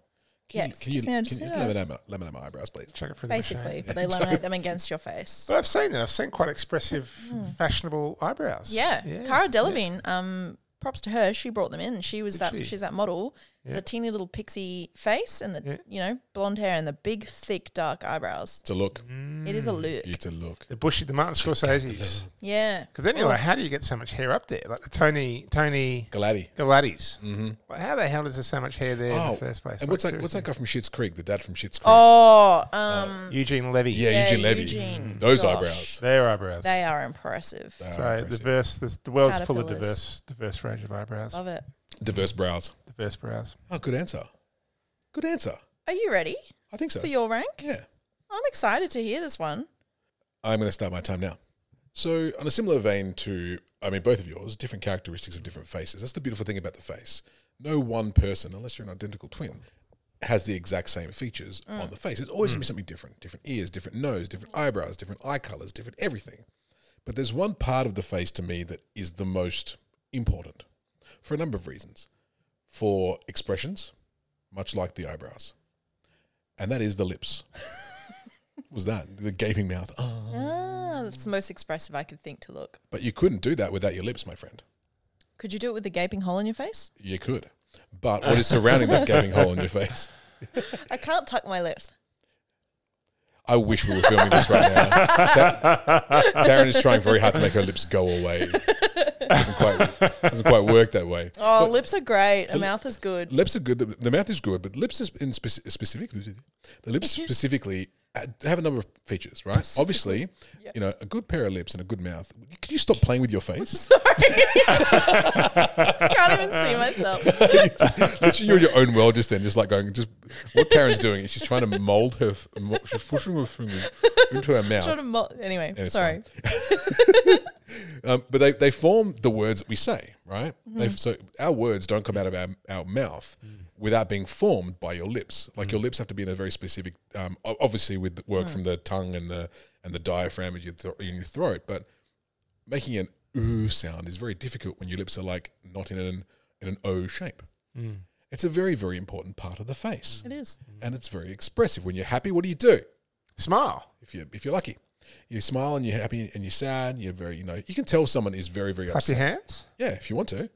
can
Yeah,
you, can you,
excuse me, I
can
just
you
need
just
to-
laminate, my, laminate my eyebrows, please?
Check it for the machine.
Basically, but they laminate them against your face.
But I've seen that. I've seen quite expressive, fashionable eyebrows.
Hmm. Yeah. Cara Delevingne, um, props to her. She brought them in. She was that
she?
she's that model. The teeny little pixie face and the you know, blonde hair and the big, thick, dark eyebrows.
It's a look.
It is a look.
It's a look.
The bushy, the Martin
*laughs*
Scorsese's.
Yeah.
Because then you're like, how do you get so much hair up there? Like the Tony, Tony
Galati.
Galatis. Mm-hmm. Like, how the hell does there so much hair there in
Oh,
the first place?
and
Like,
what's that? What's
seriously.
that guy from Schitt's Creek? The dad from Schitt's Creek.
Oh, um
Eugene Levy.
yeah,
yeah,
Eugene Levy. Mm-hmm.
Eugene.
Those
Gosh.
eyebrows.
Their eyebrows.
they are impressive.
They are
so
impressive.
diverse. This, the world's full of
Caterpillars.
diverse, diverse range of eyebrows.
Love it.
diverse brows. *laughs*
Diverse brows.
Oh, good answer. Good answer.
Are you ready
I think so.
for your rank?
yeah.
I'm excited to hear this one.
I'm going to start my time now. So, on a similar vein to, I mean, both of yours, different characteristics of different faces. That's the beautiful thing about the face. no one person, unless you're an identical twin, has the exact same features on the face. It's always going to be something different different ears, different nose, different eyebrows, different eye colors, different everything. But there's one part of the face to me that is the most important for a number of reasons. For expressions, much like the eyebrows, and that is the lips. What was that the gaping mouth? Ah.
Ah, that's the most expressive I could think to look.
But you couldn't do that without your lips, my friend.
Could you do it with a gaping hole in your face?
You could. But what is surrounding that gaping hole in your face?
I can't tuck my lips.
I wish we were filming this right now. Ta- Taryn is trying very hard to make her lips go away. doesn't quite doesn't quite work that way.
Oh, lips are great. A mouth is *laughs* good.
Lips are good. The, the mouth is good, but lips is in speci- specific. The lips specifically uh, have a number of features, right? Obviously, you know, a good pair of lips and a good mouth. Can you stop playing with your face? *laughs*
I *laughs* can't even see myself.
Literally, you're in your own world just then, just like going, just what Taryn's doing is she's trying to mold her, f- mo- she's pushing her finger into her mouth.
Sort of mo- anyway,
it's
sorry.
Um, but they, they form the words that we say, right?
Mm-hmm.
They, so our words don't come out of our, our mouth without being formed by your lips. Like your lips have to be in a very specific, um, o- obviously with the work from the tongue and the and the diaphragm in your, thro- in your throat. But making an ooh sound is very difficult when your lips are like not in an in an O shape. It's a very very important part of the face,
It is.
and it's very expressive. When you're happy, what do you do?
Smile.
If you if you're lucky, you smile and you're happy and you're sad. You're very you know you can tell someone is very very
Clap
upset.
your hands.
Yeah, if you want to,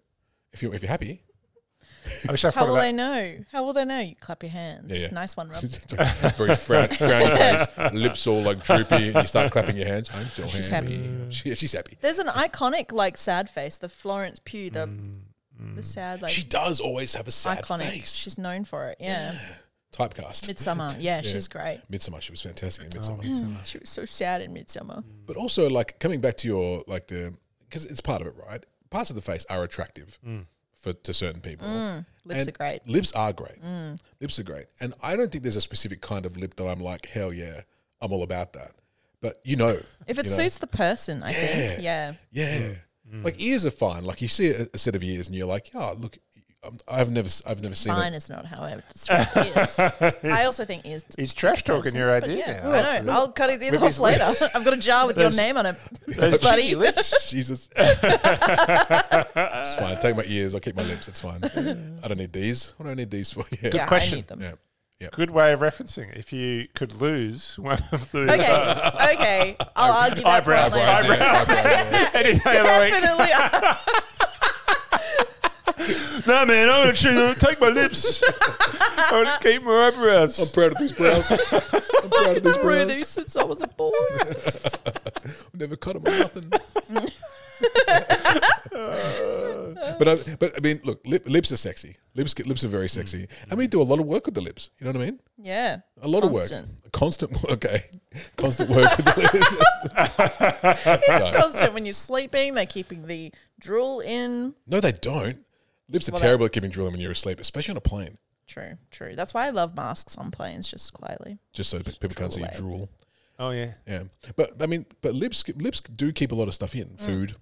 if you if you're happy, *laughs*
I wish I
How
thought
will
of
they
that.
know? How will they know? You clap your hands.
Yeah, yeah.
Nice
*laughs*
one, Rob.
It's like very frown,
*laughs*
frowny face, lips all like droopy, and you start clapping your hands. I'm so
She's
happy. She- she's happy.
There's an iconic like sad face, the Florence Pugh, the, the sad like
Mm, she does always have a sad
iconic.
face.
She's known for it. Yeah,
Typecast. *laughs*
Midsummer. Yeah, she's great.
Midsummer, she was fantastic in Midsummer.
Oh, She was so sad in Midsummer.
But also, like coming back to your like the because it's part of it, right? Parts of the face are attractive for to certain people.
Mm. Lips
And
are great. Mm.
Lips are great. Lips are great. And I don't think there's a specific kind of lip that I'm like, hell yeah, I'm all about that. But you know,
If it
you know.
suits the person, I think. Yeah.
Yeah. Like ears are fine. Like you see a, a set of ears and you're like, oh, look, I'm, I've never, s- I've never seen
Mine
it.
is not how I would describe ears.
*laughs*
I also think ears.
He's trash talking your
But
idea
yeah,
now.
I know. I'll cut his ears
With
off
his
later.
lips.
*laughs* I've got a jar with your
Those-
name on
*laughs*
it.
Those
Buddy. *laughs*
cheeky
*laughs*
lips.
Jesus. it's fine. Take my ears. I'll keep my lips. It's
*laughs*
fine. I don't need these. What do I need these for? Yeah.
Yeah, I
question.
need them.
Yeah. Yeah.
Good way of referencing. it. If you could lose one of the
*laughs*
uh,
Okay, okay. I'll argue that
Eyebrows,
point
*laughs*
later.
Eyebrows, yeah, eyebrows, yeah.
any day of
Definitely.
the *laughs* week, no man, I'm gonna choose, take
*laughs*
my lips. *laughs* I'm gonna keep my eyebrows.
I'm proud of these brows. I'm proud
*laughs*
of these
I've worn
brows.
these since I was a
*laughs*
boy.
I've never cut them or nothing. but I, but I mean, look, lip, lips are sexy. Lips get, lips are very sexy,
Mm.
and we do a lot of work with the lips. You know what I mean?
Yeah.
A lot
Constant.
of work. Constant work. Okay. Constant work with the lips. *laughs*
It's constant when you're sleeping. They're keeping the drool in.
No, they don't. Lips are
Well,
terrible at keeping drilling when you're asleep, especially on a plane,
True, true. That's why I love masks on planes, just quietly.
just so that people can't see you
away.
drool.
Oh yeah.
Yeah. But I mean, but lips lips do keep a lot of stuff in.
Mm.
Food.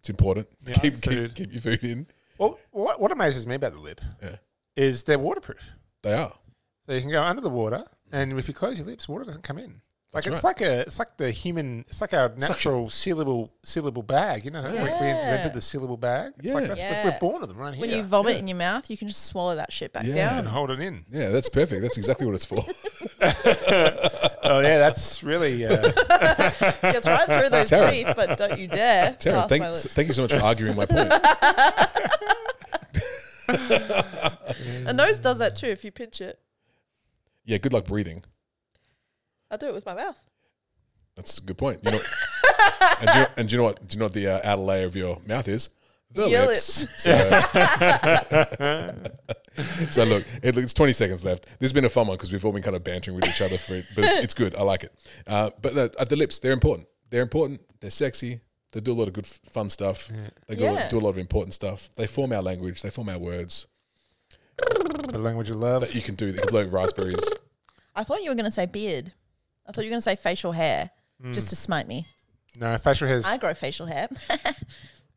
It's important.
Yeah,
keep, keep
food.
keep your food in.
Well, what, what amazes me about the lip
Yeah.
is they're waterproof.
They are.
So you can go under the water, and if you close your lips, water doesn't come in. Like
That's
it's like a, it's like the human, it's like our natural syllable syllable bag. You know, we, we
Yeah.
invented the syllable bag. It's
Yeah.
like that's, we're-
Yeah.
we're born with them right here.
When you vomit in your mouth, you can just swallow that shit back
Yeah.
down.
and hold it in.
Yeah, that's perfect. That's exactly what it's
*laughs*
for.
Oh yeah, that's really. Uh,
Gets right
*laughs*
through those
Taryn.
teeth, but don't you dare
Taryn,
pass my
thank,
lips.
thank you so much for arguing my
*laughs*
point.
A nose does that too if you pinch it.
Yeah, good luck breathing.
I do it with my mouth.
That's a good point.
*laughs*
You know, and, do you, and do you know what? Do you know what the uh, outer layer of your mouth is? The
Your
So, *laughs* so *laughs* look, it, it's twenty seconds left. This has been a fun one because we've all been kind of bantering with each other for it, but it's, it's good. I like it. Uh, but the, uh, the lips, they're important. They're important. They're sexy. They do a lot of good, f- fun stuff. They do, a
Yeah.
lot, do a lot of important stuff. They form our language. They form our words.
the language of love.
That you can do. You can blow raspberries.
I thought you were going to say beard. I thought you were going to
Mm.
say facial hair just to smite me.
No, facial hair.
*laughs* I grow facial hair.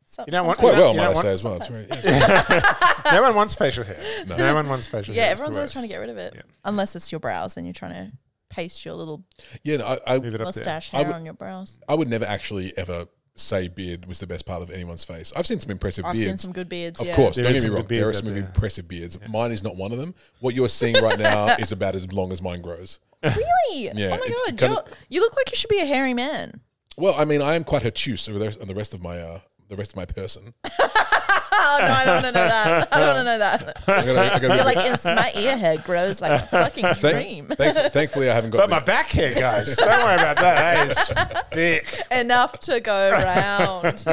Some-
You don't want-
Quite
sometimes-
well,
You know- you
might
know
I
what?
say as well. It's very- yeah.
no one wants facial hair.
No.
No, one wants facial
Yeah,
hair.
everyone's always trying to get rid of it.
Yeah.
Unless it's your brows, then you're trying to paste your little
yeah, no, I, I,
Leave it up there.
mustache
I
hair
would-
on your brows.
I would never actually ever say beard was the best part of anyone's face. I've seen some impressive
I've seen
beards.
some good beards.
Of
yeah.
course,
There
don't
is
get me
some
wrong.
good
There are
beards
some
out there.
impressive beards. Mine is not one of them. What you're seeing right now is about as long as mine grows.
Really?
Yeah,
oh my
it
god,
kinda-
you're, you look like you should be a
*laughs*
hairy man.
Well, I mean, I am quite obtuse over the rest, on the rest of my uh, the rest of my person.
Oh no, I don't want to know that. I don't want to
*laughs*
know that.
I gotta, I gotta be
You're like, it's, my ear hair grows like a fucking dream.
thank, thank, thankfully, I haven't got.
But
the-
my back hair, guys. Don't worry about that. That is thick.
Enough to go around.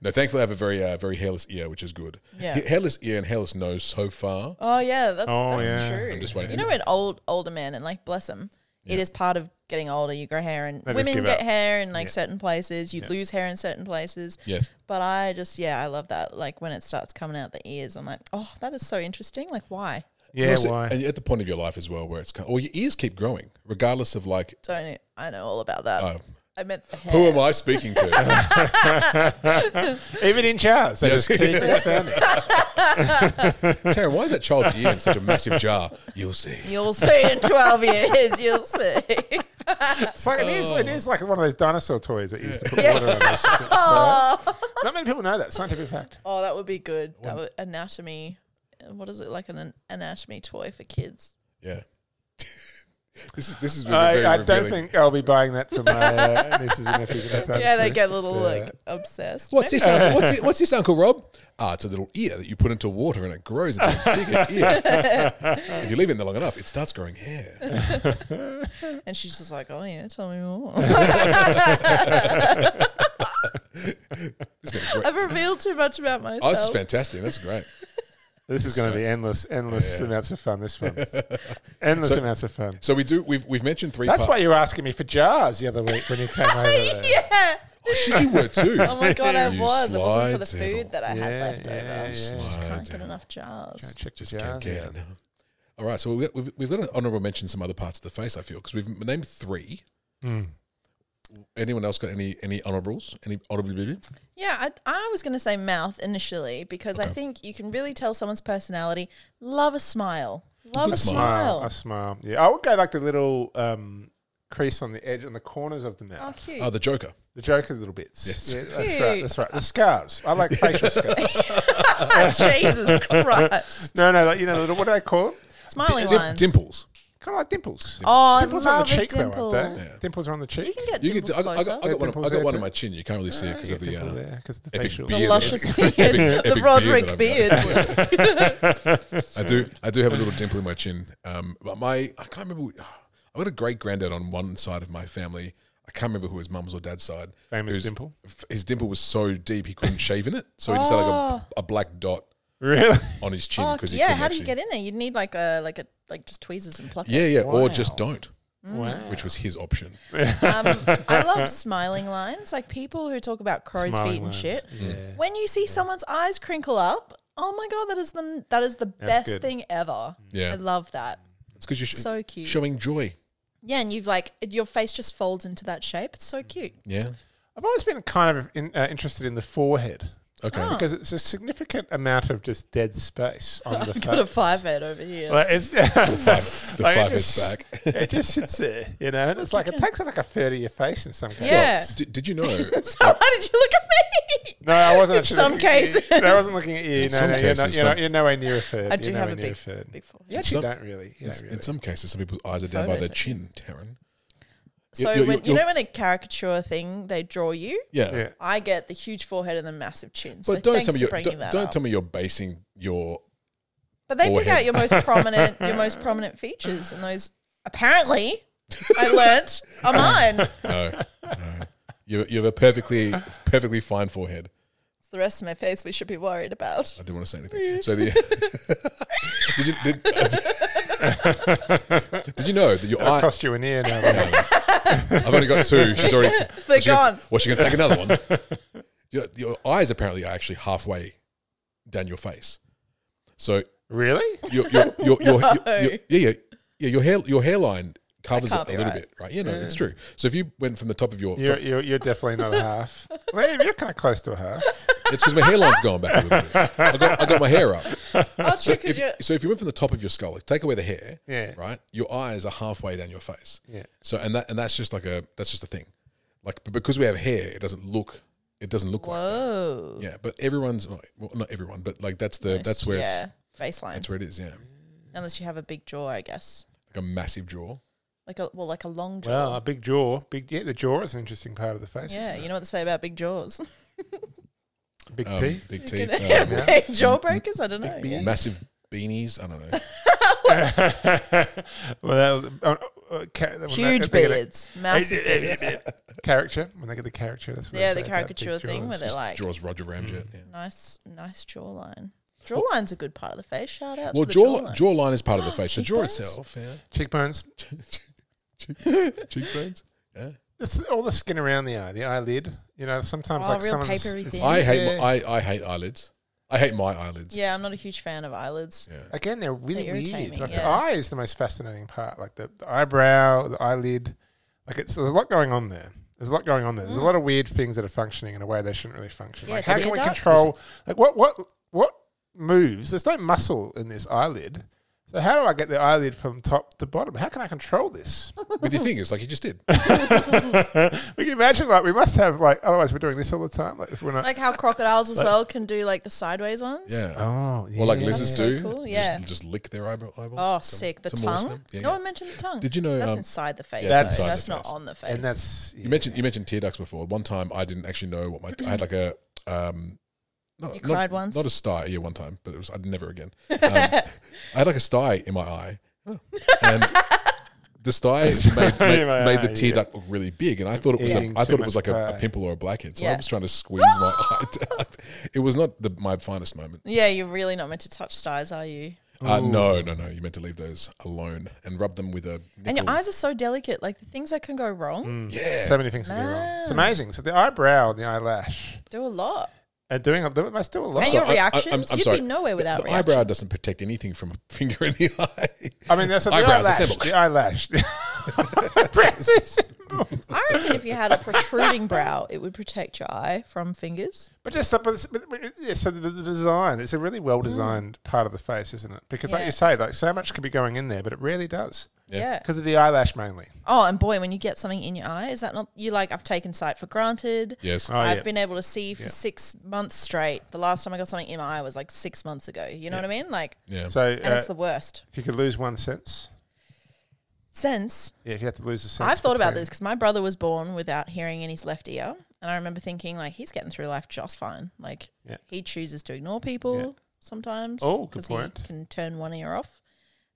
no, thankfully, I have a very uh, very hairless ear, which is good.
Yeah.
Ha- hairless ear and hairless nose so far.
Oh yeah, that's
Oh,
that's
yeah.
true.
I'm just waiting.
You know, an old older man, and like bless him, it is part of getting older. You grow hair, and
They just
women
give
get
up.
hair in like certain places. You lose hair in certain places.
Yes.
But I just yeah, I love that. Like when it starts coming out the ears, I'm like, oh, that is so interesting. Like why
Yeah,
Also,
why?
And you're at the point of your life as well where it's kind of, or your ears keep growing, regardless of like,
don't it? I know all about that.
Oh.
I meant the hair.
who am I speaking
*laughs*
to?
Even in jars, they
Yes.
just keep
*laughs*
expanding.
Taryn, why is that child's ear in such a massive jar? You'll see.
You'll see in twelve years. You'll see. *laughs*
It's like it is. It is like one of those dinosaur toys that you used to put water on. It's
*laughs*
just- it's like- Not many people know that scientific fact.
Oh, that would be good. That would anatomy. What is it like an, an anatomy toy for kids?
Yeah. *laughs* this is this is really very
I, I don't
revealing.
think I'll be buying that for my uh, nieces and nephews. when I start
Yeah, they
to-
get a little
Yeah.
like obsessed.
What's this, uncle, what's, it, what's this, Uncle Rob? Ah, it's a little ear that you put into water and it grows into a bigger
*laughs*
ear. if you leave it in there long enough, it starts growing hair.
And she's just like, oh yeah, tell me
*laughs*
more. *laughs* I've revealed too much about myself.
Oh, this is
*laughs*
fantastic. That's great.
This is going to be endless, endless amounts of fun.
*laughs*
This one, endless amounts of fun.
So we do. We've we've mentioned three.
That's
parts.
why you were asking me for jars the other week when you
*laughs*
came over. There.
yeah.
Oh, shit, you were too.
Oh my god, I
You
was. It wasn't for the
sly devil.
food that I had
Yeah,
left
yeah,
over.
yeah.
Just
Sly
can't get
devil.
enough jars.
Check the
Just
jars
can't get
out.
it now. All right, so we've got, we've, we've got to honourable mention some other parts of the face. I feel because we've named three.
Mm.
Anyone else got any any honourables? Any honourable?
Yeah, I, I was going to say mouth initially because I think you can really tell someone's personality. Love a smile. Love
good
a
smile.
smile.
I smile. Yeah, I would go like the little um, crease on the edge, on the corners of the mouth.
Oh, cute. *laughs*
Oh, the Joker.
The joker little bits.
Yes.
Yeah, that's
Cute.
right. That's right. The scars. I
*laughs*
like facial scars.
Oh,
*laughs*
Jesus Christ.
No, no, like, you know, the little, what do they call them?
Smiling
Dim-
lines.
dimples.
Kind of like dimples.
Oh, I
dimples on
love
the
a
cheek,
dimple.
though, aren't they?
Yeah.
Dimples are on the cheek.
You can get
You
dimples
can. I got, I
closer.
got, I got one. I
Dimples
got
there
one on
too.
my chin. You can't really see it because of the uh,
because the
epic
facial.
beard.
the
that-
luscious beard,
*laughs* epic
the
beard that
Roderick
I've got.
beard.
*laughs* I do. I do have a little dimple in my chin. Um, but my I can't remember. who- *sighs* I've got a great granddad on one side of my family. I can't remember who his mum's or dad's side.
Famous
whose-
dimple? *laughs*
f- His dimple was so deep he couldn't shave in it, so he just had like a, a black dot
Really?
on his chin
Oh,
because he
yeah,
couldn't
how do
actually.
you get in there? You'd need like a like a like just tweezers and pluck it.
Yeah, yeah, or
Wow.
just don't,
Mm.
Wow.
which was his option.
Um,
*laughs*
I love smiling lines, like people who talk about crow's
Smiling
feet and
lines.
shit.
Yeah.
When you see someone's eyes crinkle up, oh my god, that is the that is the best
good.
thing ever.
Yeah.
I love that.
It's because you're sh-
So cute.
showing joy.
Yeah, and you've like your face just folds into that shape. It's so cute.
Yeah.
I've always been kind of in, uh, interested in the forehead
Oh.
Okay.
*laughs*
because it's a significant amount of just dead space on the face.
*laughs* Got a five head over here.
Like, it's, *laughs*
Five, the
like, it
five is
just-
back.
It just sits there, you know, and it's like it takes up like a third of your face in some cases.
*laughs* *laughs* yeah.
Oh, D- did you know?
*laughs* so why did you look at
*laughs*
me?
No, I wasn't.
In
actually
some
looking at you.
cases.
I wasn't looking at you. No,
some
no, you're, not,
cases,
you're, not,
some-
you're nowhere near a third.
I do
you're
have
nowhere
a
near
big-
third.
big forehead.
You actually
Some-
don't really. You don't really.
In some cases, some people's eyes are down by
Photos
their
are-
chin, Taryn.
So
You're- you're-
when, you
you're-
know when a caricature thing they draw you,
Yeah. *laughs*
yeah.
I get the huge forehead and the massive chin. So
But don't
thanks
tell me
for
you're
bringing
don't,
that
don't
up.
tell me you're basing your
But they pick
forehead.
out your most prominent your most prominent features, and those apparently
*laughs*
I learnt are mine. It's
no, no. You, you have a perfectly perfectly fine forehead.
the rest of my face we should be worried about.
I didn't want to say anything. So the *laughs* did, you, did,
*laughs*
did you know that your
That
eye?
cost you an ear
*laughs*
now. wouldn't it?
I've only got
*laughs*
two. She's already. T-
They're
she gonna-
gone.
well, she's gonna take another
*laughs*
one. Your, your eyes apparently are actually halfway down your face. So
really?
*laughs*
*laughs*
your your your, your, your,
No.
your yeah yeah yeah your hair your hairline covers it
can't
a
be
little
right.
bit, right? Yeah, no, it's true. So if you went from the top of your,
You're, you're, you're definitely not
*laughs*
a half. Liam, you're kind of close to a half.
it's because my hairline's going back a little
*laughs*
bit. I got, I got my hair up.
Oh, true, because
If,
you're.
so if you went from the top of your skull, like, take away the hair,
Yeah.
right? Your eyes are halfway down your face.
Yeah.
So and that and that's just like a that's just a thing, like but because we have hair, it doesn't look it doesn't look like
Whoa.
yeah. But everyone's oh, well, not everyone, but like that's the that's where
yeah,
it's,
baseline.
that's where it is. Yeah,
Unless you have a big jaw, I guess.
like a massive jaw.
Like a well, like a long jaw.
Well, a big jaw. Big yeah, the jaw is an interesting part of the face.
yeah,
isn't it?
you know what they say about big jaws. *laughs*
Big
Um, *laughs*
teeth.
big
Gonna
teeth,
have
um,
big jawbreakers. I don't know. *laughs*
big
yeah.
massive beanies. I don't
*laughs*
know.
well, that was, uh, uh, ca- when they-
Huge
if they get a-
beards, massive beards.
Caricature when they get the caricature. That's what
Yeah,
they
the
say about big
caricature thing
jaws.
where they're like mm.
Draws Roger Ramjet. Yeah.
nice, nice jawline. Jawline's a good part of the face. Shout out
Well,
to the
jaw
jawline. Oh,
jawline is part of the face. The jaw
Cheekbones?
itself, yeah.
*laughs* cheekbones.
Cheek- Cheekbones. Yeah.
This is all the skin around the eye, the eyelid. You know, sometimes
Oh,
like
real
someone's
papery
it's-
thing.
I hate
yeah.
my, I I hate eyelids. I hate my eyelids.
yeah, I'm not a huge fan of eyelids.
Yeah.
Again, they're really
They irritate
weird.
me,
Like the
yeah.
eye is the most fascinating part. Like the, the eyebrow, the eyelid. Like it's there's a lot going on there. There's a lot going on there. There's a lot of weird things that are functioning in a way they shouldn't really function.
Mm. Yeah,
like how
the
can we
adults.
control? Like what what what moves? There's no muscle in this eyelid. So how do I get the eyelid from top to bottom? How can I
*laughs*
control this?
With your fingers, like you
*laughs*
just did.
we can imagine like we must have like otherwise we're doing this all the time. Like if we're not.
Like how crocodiles as well can do like the sideways ones.
Yeah.
oh, yeah.
Or like
That's
lizards
so
do.
cool,
They
yeah.
Just, just lick their eyeball. eyeballs.
Oh,
to-
sick. The
to molest
tongue.
them. Yeah,
no
yeah.
one mentioned the tongue.
Did you know?
that's
um,
inside the face.
yeah,
that's
that's
though.
inside
that's
the
not
face.
on the face.
and that's
you mentioned you mentioned tear ducts before. One time, I didn't actually know what my I had like a um. Not,
You
not-
cried once?
Not a sty, yeah, one time, but it was I'd never again. Um, I had like a sty in my eye, Oh. and the sty made,
sty in
made,
my
made
eye,
the tear
yeah.
duct look really big, and I thought it was a,
Eating
I
too
thought it was
much
like a, a
pie.
pimple or a blackhead, so I
Yeah.
was trying to squeeze my *laughs* eye. down. It was not the, my finest moment.
yeah, you're really not meant to touch styes, are you?
Uh, no, no, no. You meant to leave those alone and rub them with a.
And your
nickel.
eyes are so delicate. Like the things that can go wrong
Yeah.
so many things to go wrong. It's
Ah.
amazing. So the eyebrow, and the eyelash.
do a lot.
are doing that's still a lot.
And
So
your
I- I-
reactions,
I'm- I'm
you'd
sorry.
be nowhere without
the
reactions.
eyebrow doesn't protect anything from a *laughs* finger in the eye.
I mean, that's the
Eyebrows,
eyelash.
assemble.
The eyelash. *laughs* Eyebrows assemble.
I reckon if you had a protruding brow, it would protect your eye from fingers.
but just but, it's- but, but it- yeah, so the, the design. It's a really well designed part of the face, isn't it? Because like
Mm. Yeah.
you say, like so much could be going in there, but it rarely does
Yeah.
because of the eyelash mainly.
Oh, and boy, when you get something in your eye, is that not you like I've taken sight for granted.
yes.
Oh,
I've
yeah.
been able to see for
Yeah.
6 months straight. The last time I got something in my eye was like 6 months ago. You know what I mean? Like
yeah.
So
and
uh,
it's the worst.
if you could lose one sense,
Sense.
yeah, if you have to lose a sense,
I've thought about
between-
this because my brother was born without hearing in his left ear. And I remember thinking, like, he's getting through life just fine. Like,
Yeah.
he chooses to ignore people sometimes.
Oh, good
'cause
point.
He can turn one ear off.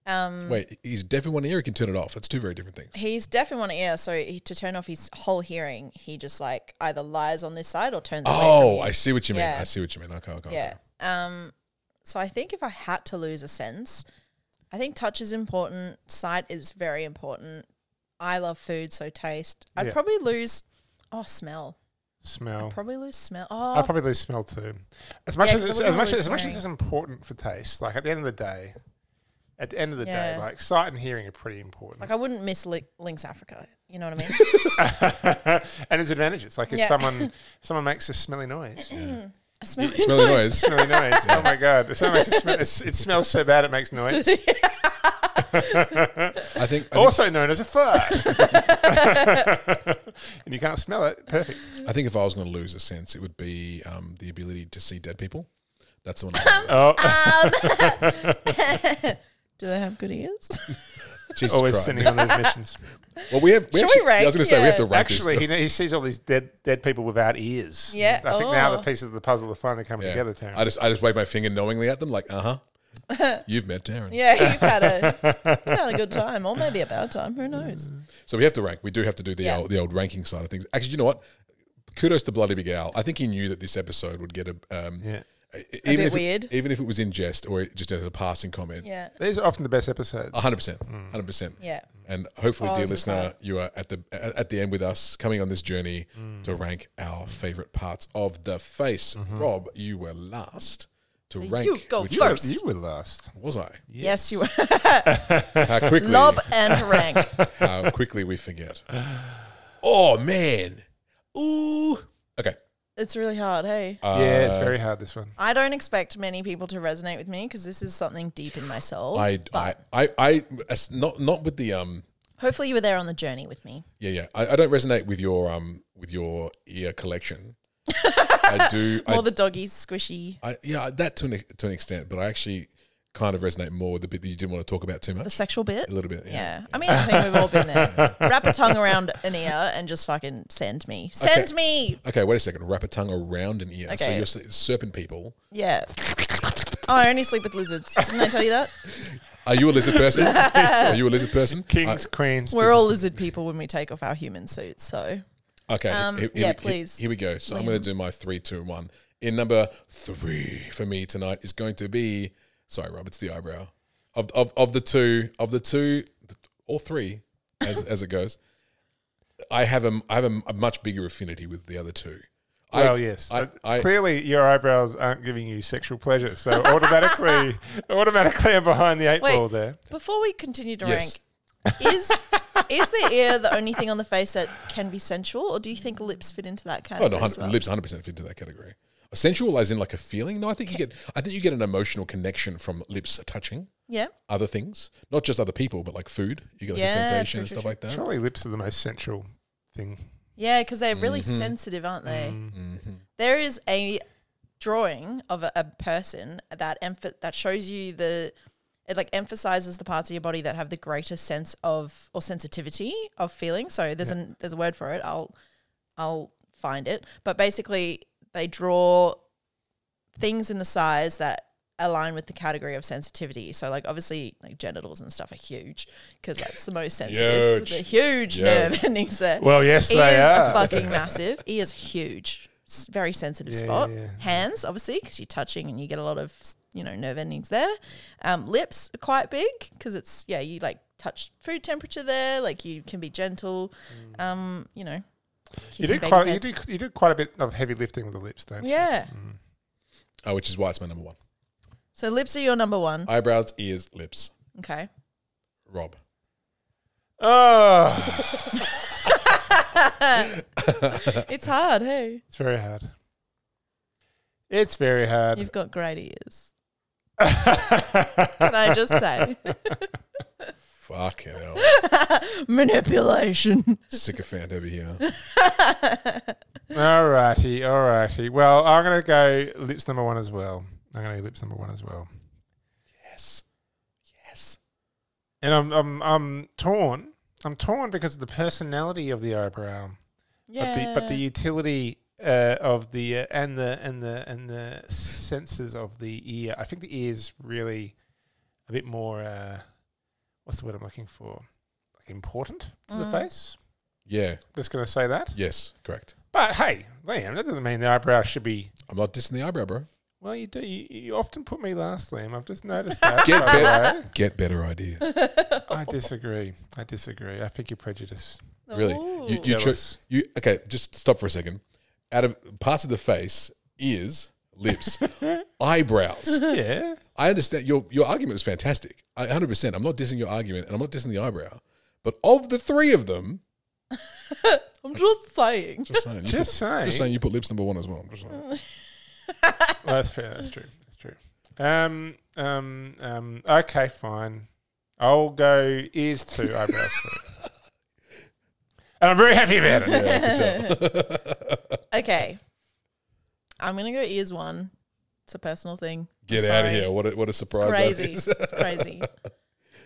Um,
Wait, he's deaf in one ear. He can turn it off. That's two very different things.
He's deaf in one ear, so he, to turn off his whole hearing, he just like either lies on this side or turns. away from
Oh,
you.
I see what you mean.
Yeah.
I see what you mean. Okay, okay.
yeah. Um, so I think if I had to lose a sense, I think touch is important. Sight is very important. I love food, so taste. I'd
Yeah.
probably lose. Oh, smell.
smell.
Probably lose smell.
I
Oh,
probably lose smell too. As much
'cause I
as it's,
wouldn't
as
wanna
much
lose
as, as much
hearing.
as it's important for taste, like at the end of the day, at the end of the
Yeah.
day, like sight and hearing are pretty important.
like I wouldn't miss Li- Lynx Africa. You know what I mean?
*laughs* and its advantages. Like if
Yeah.
someone if someone makes a smelly noise,
I Mm. smell.
Smelly noise.
smelly noise. Oh my god! If someone makes a smell, it's, it smells so bad it
*laughs*
makes noise. *laughs*
I think. I think,
Also known as a fart. *laughs* and you can't smell it. Perfect.
I think if I was going to lose a sense, it would be um, the ability to see dead people. That's
*laughs*
the one. I would lose.
Oh,
Ah. Do they have good ears? *laughs*
Jesus
always
Christ.
sending on those
*laughs*
missions.
Well, we have. We
Shall we
actually, yeah, I
rank?
was going to say we have
Yeah.
to rank
Actually,
this.
he, kn- he sees all these dead dead people without ears.
Yeah.
I think now
Oh.
the pieces of the puzzle are finally coming
Yeah.
together. Taryn.
I just I just wave my finger knowingly at them, like,
*laughs*
uh huh. You've met Darren.
yeah, you've had a you've had a good time, or maybe a bad time. Who knows?
So we have to rank. We do have to do the
Yeah.
old, the old ranking side of things. Actually, you know what? Kudos to Bloody Big Al. I think he knew that this episode would get a um,
Yeah.
e- even if
bit
it-
weird.
even if it was in jest or just as a passing comment.
Yeah.
These are often the best episodes.
hundred percent, hundred percent.
Yeah.
And hopefully,
Oh,
dear
this is
listener,
hard.
you are at the a- at the end with us, coming on this journey to rank our favorite parts of the face. Rob, you were last to rank.
you go
which
You were,
first.
Oh, you were last.
was I?
Yes, you were.
How quickly?
Lob and rank.
How quickly we forget. Oh man. Ooh. Okay.
It's really hard, hey?
Uh,
yeah, it's very hard this one.
I don't expect many people to resonate with me because this is something deep in my soul.
I, I, I, I, as- not, not with the um,
Hopefully, you were there on the journey with me.
yeah, yeah. I, I don't resonate with your um, with your ear collection. I do. I,
More the doggies, squishy,
I, yeah, that to an ex- to an extent, but I actually kind of resonate more with the bit that you didn't want to talk about too
the
much.
sexual bit.
A little bit. Yeah.
Yeah. I mean, I think we've all
*laughs*
been there. Wrap a tongue around an ear and just fucking send me. Send me.
Okay, wait a second. Wrap a tongue around an ear. So
Okay.
you're s- serpent people.
Yeah. Oh, I only sleep with lizards. Didn't I tell
*laughs*
you that?
Are you a lizard person? Are you a lizard person?
Kings, queens.
We're all lizard people when we take off our human suits. So,
I- okay.
Um,
here, here
yeah,
we- here-
please.
Here, we go. So I'm going to do my three, two, one. In number three for me tonight is going to be sorry, Rob. It's the eyebrow of of, of the two of the two or three as *laughs* as it goes. I have a I have a, a much bigger affinity with the other two. I-
Well, yes.
I-
Uh,
I-
Clearly, your eyebrows aren't giving you sexual pleasure,
*laughs*
so automatically, automatically, I'm behind the eight
Wait.
ball there.
before we continue to
Yes.
rank, is is the ear the only thing on the face that can be sensual, or do you think lips fit into that
Oh
category?
no,
as
hundred
well?
lips hundred percent fit into that category. Sensual as in like a feeling. No, I think you get I think you get an emotional connection from lips touching
Yeah.
other things, not just other people, but like food. You get like
Yeah,
a sensation
true,
and
true,
stuff
true.
like that.
Surely, lips are the most sensual thing.
Yeah, because they're really
Mm-hmm.
sensitive, aren't they? There is a drawing of a, a person that emph- that shows you the it like emphasizes the parts of your body that have the greatest sense of or sensitivity of feeling. So there's an there's a word for it. I'll I'll find it. But basically, they draw things in the size that align with the category of sensitivity. So like obviously like genitals and stuff are huge because that's the most sensitive.
Huge.
The huge
Yeah.
nerve *laughs* endings there
Well, yes,
ears
they
are.
are.
fucking massive. Ears huge. S- Very sensitive
Yeah,
spot.
yeah, yeah.
Hands, obviously, because you're touching and you get a lot of you know nerve endings there. Um, lips are quite big because it's yeah you like touch food temperature there. Like you can be gentle.
Mm.
Um, you know.
you
kissing
do
babies'
quite, you
heads.
do, you do quite a bit of heavy lifting with the lips, don't you? Mm.
Yeah.
Uh, which is why it's my number one.
So lips are your number one.
Eyebrows, ears, lips.
*laughs*
Okay.
Rob.
Oh,
*laughs* It's hard. Hey,
it's very hard. It's very hard. *laughs*
you've got great ears. Can I just say *laughs*
Fucking hell.
manipulation? *laughs*
Sycophant over here.
*laughs* All righty, all righty. Well, I'm going to go lips number one as well. I'm going to go lips number one as well.
Yes. Yes.
And I'm, I'm, I'm torn. I'm torn because of the personality of the eyebrow,
Yeah.
but the but the utility uh, of the uh, and the and the and the senses of the ear. I think the ear's really a bit more. Uh, what's the word I'm looking for? Like important to the
Mm.
face.
Yeah.
Just going to say that.
Yes. Correct.
But hey, Liam, that doesn't mean the eyebrow should be.
I'm not dissing the eyebrow, bro.
Well, you do. You, you often put me last, Liam. I've just noticed that.
Get
by the
better.
way.
Get better ideas.
I disagree. I disagree. I think you're prejudiced.
Really? You, you, cho-
Jealous.
you okay? Just stop for a second. Out of parts of the face, ears, lips, eyebrows.
*laughs* yeah.
I understand your your argument was fantastic. I 100. percent I'm not dissing your argument, and I'm not dissing the eyebrow. But of the three of them,
I'm just saying.
just saying, you
Just
put,
saying.
just saying, you put lips number one as well. I'm just saying.
Well, that's fair. That's true. That's true. Um, um, um, okay, fine. I'll go ears two, eyebrows three. And I'm very happy about
*laughs*
it.
Yeah, I can tell.
Okay. I'm going to go ears one. It's a personal thing. I'm
Get out of
sorry.
here! What a, what a surprise! that *laughs*
Crazy.
is.
it's crazy.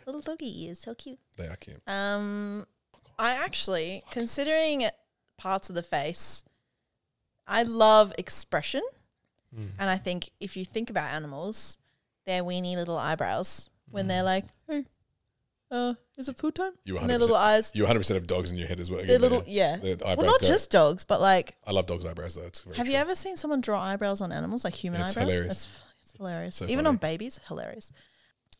Little doggy ears. So cute.
They are cute.
Um, I actually, considering parts of the face, I love expression. And I think if you think about animals, their weeny little eyebrows, when they're like, hey, uh, is it food time?
You
and their
100%.
little eyes.
You 100 percent have dogs in your head as well.
Their little, yeah.
Their eyebrows
Well, not
go-
just dogs, but like
I love dogs' eyebrows. Though. It's very
Have
true.
you ever seen someone draw eyebrows on animals, like human
Yeah, it's
eyebrows?
hilarious.
It's, f- it's hilarious.
So
Even
funny.
on babies, hilarious.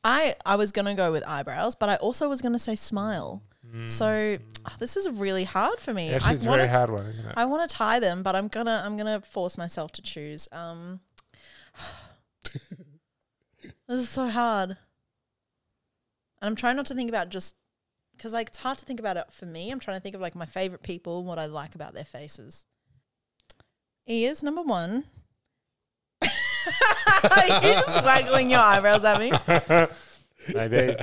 I I was gonna go with eyebrows, but I also was gonna say smile.
Mm.
So ah, this is really hard for me.
Actually,
I
it's a very
wanna,
hard one, isn't it?
I want to tie them, but I'm gonna I'm gonna force myself to choose. Um, *sighs* this is so hard, and I'm trying not to think about just because like it's hard to think about it for me. I'm trying to think of like my favorite people and what I like about their faces. Ears number one. *laughs* You're just waggling your eyebrows at me.
*laughs* Maybe.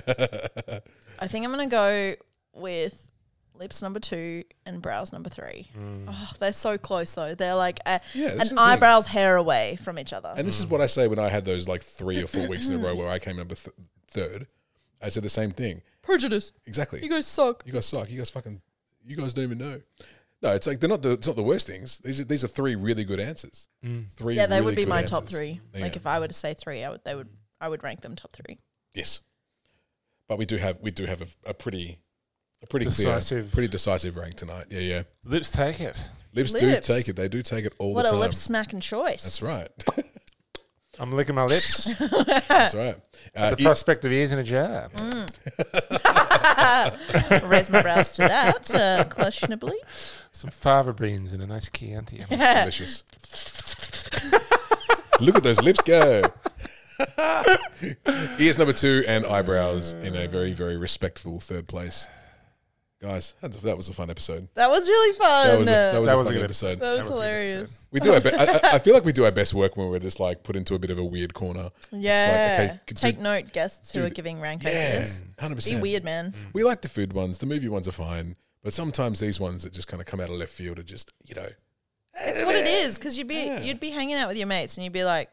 I think I'm gonna go with lips number two and brows number three. Oh, they're so close though. They're like a,
Yeah, this is the
an
thing.
eyebrows hair away from each other.
And this is what I say when I had those like three or
*laughs*
four weeks in a row where I came number th- third. I said the same thing.
Prejudice.
Exactly.
You guys suck.
You guys suck. You guys fucking. You guys don't even know. No, it's like they're not the. It's not the worst things. These are, these are three really good answers. Three.
Yeah, they
really
would be
good
my
answers.
top three.
Yeah.
Like if I were to say three, I would they would I would rank them top three.
Yes, but we do have we do have a, a pretty a pretty
Decisive.
clear, pretty decisive rank tonight. Yeah, yeah.
Lips take it.
Lips,
Lips.
do take it. They do take it all
What
the
a
time.
lip smacking choice.
That's right.
I'm licking my lips.
That's right. Uh,
the
ear-
prospect of ears in a jar.
*laughs* Mm. Raise my brows to that, uh,
*laughs*
questionably.
Some fava beans and a nice Chianti.
delicious. Look at those lips go. Ears number two and eyebrows in a very very respectful third place. Guys, that's, that was a fun episode.
That was really fun.
That was a, that was
That
a
was a
fun
good
episode.
That was
was a good
hilarious.
We do. Our be- I, I- I feel like we do our best work when we're just like put into a bit of a weird corner.
Yeah.
It's like, okay,
Take
do-
note, guests who
do
are
the-
giving rank like
yeah,
this.
hundred
Be
percent. Mm.
weird, man.
We like the food ones. The movie ones are fine, but sometimes these ones that just kind of come out of left field are just you know.
That's what it is, because you'd be
Yeah.
you'd be hanging out with your mates and you'd be like,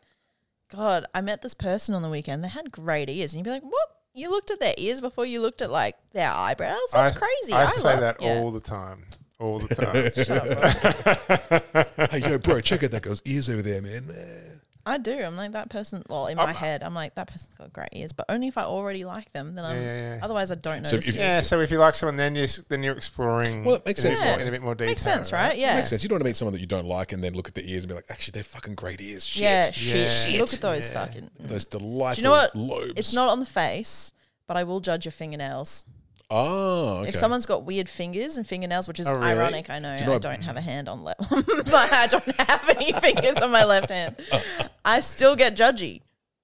God, I met this person on the weekend. They had great ears, and you'd be like, What? You looked at their ears before you looked at like their eyebrows. *laughs* That's
I-
crazy.
I,
I
say
love-
that
yeah.
all the time. All the time.
Shut
*laughs*
up, Rob.
Hey yo, bro, check out that girl's ears over there, man. Eh.
I do. I'm like that person. Well, in my
uh,
head, I'm like that person's got great ears, but only if I already like them. Then I'm.
yeah, yeah.
Otherwise, I don't
So
notice.
if-
it.
yeah, so if you like someone, then you're, s- then you're exploring
Well, it makes
in a
sense,
bit more-
yeah.
in a bit more detail.
Makes sense, right? Yeah.
Makes sense. You don't want to meet someone that you don't like and then look at their ears and be like, actually, they're fucking great ears. Shit.
Yeah, shit.
Shit.
Look at those fucking.
Those delightful
Do you know what?
lobes.
It's not on the face, but I will judge your fingernails.
Oh, okay.
If someone's got weird fingers and fingernails, which is
Oh, really?
ironic, I know,
you know
I
what-
don't have a hand on left,
*laughs*
but I don't have any fingers on my left hand. I still get judgy,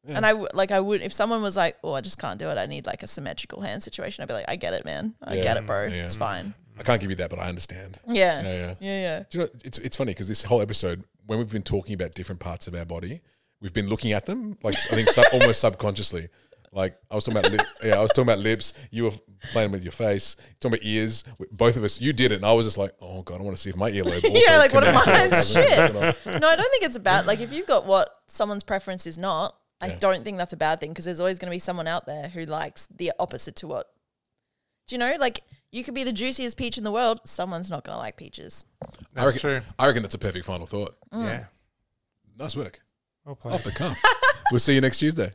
and I w- like I would if someone was like, "Oh, I just can't do it. I need like a symmetrical hand situation." I'd be like, "I get it, man. I
Yeah,
get it, bro.
yeah.
It's fine."
I can't give you that, but I understand.
Yeah,
Yeah, yeah.
yeah, yeah.
Do you know, it's, it's funny because this whole episode, when we've been talking about different parts of our body, we've been looking at them, like I think sub, almost subconsciously. Like I was talking about, lip, yeah, I was talking about lips. You were playing with your face. Talking about ears. We- Both of us, you did it, and I was just like, oh god, I want to see if my earlobe. Also
*laughs* Yeah, like, what am
connects
I-
or doesn't
Shit.
connect or not.
No, I don't think it's a bad. Like, if you've got what someone's preference is not, I
Yeah.
don't think that's a bad thing because there's always going to be someone out there who likes the opposite to what. Do you know? Like, you could be the juiciest peach in the world. Someone's not going to like peaches.
I
That's
reckon,
true.
I reckon that's a
Mm.
perfect final thought.
Yeah.
Nice work,
Well played.
off the cuff. we'll see you next Tuesday.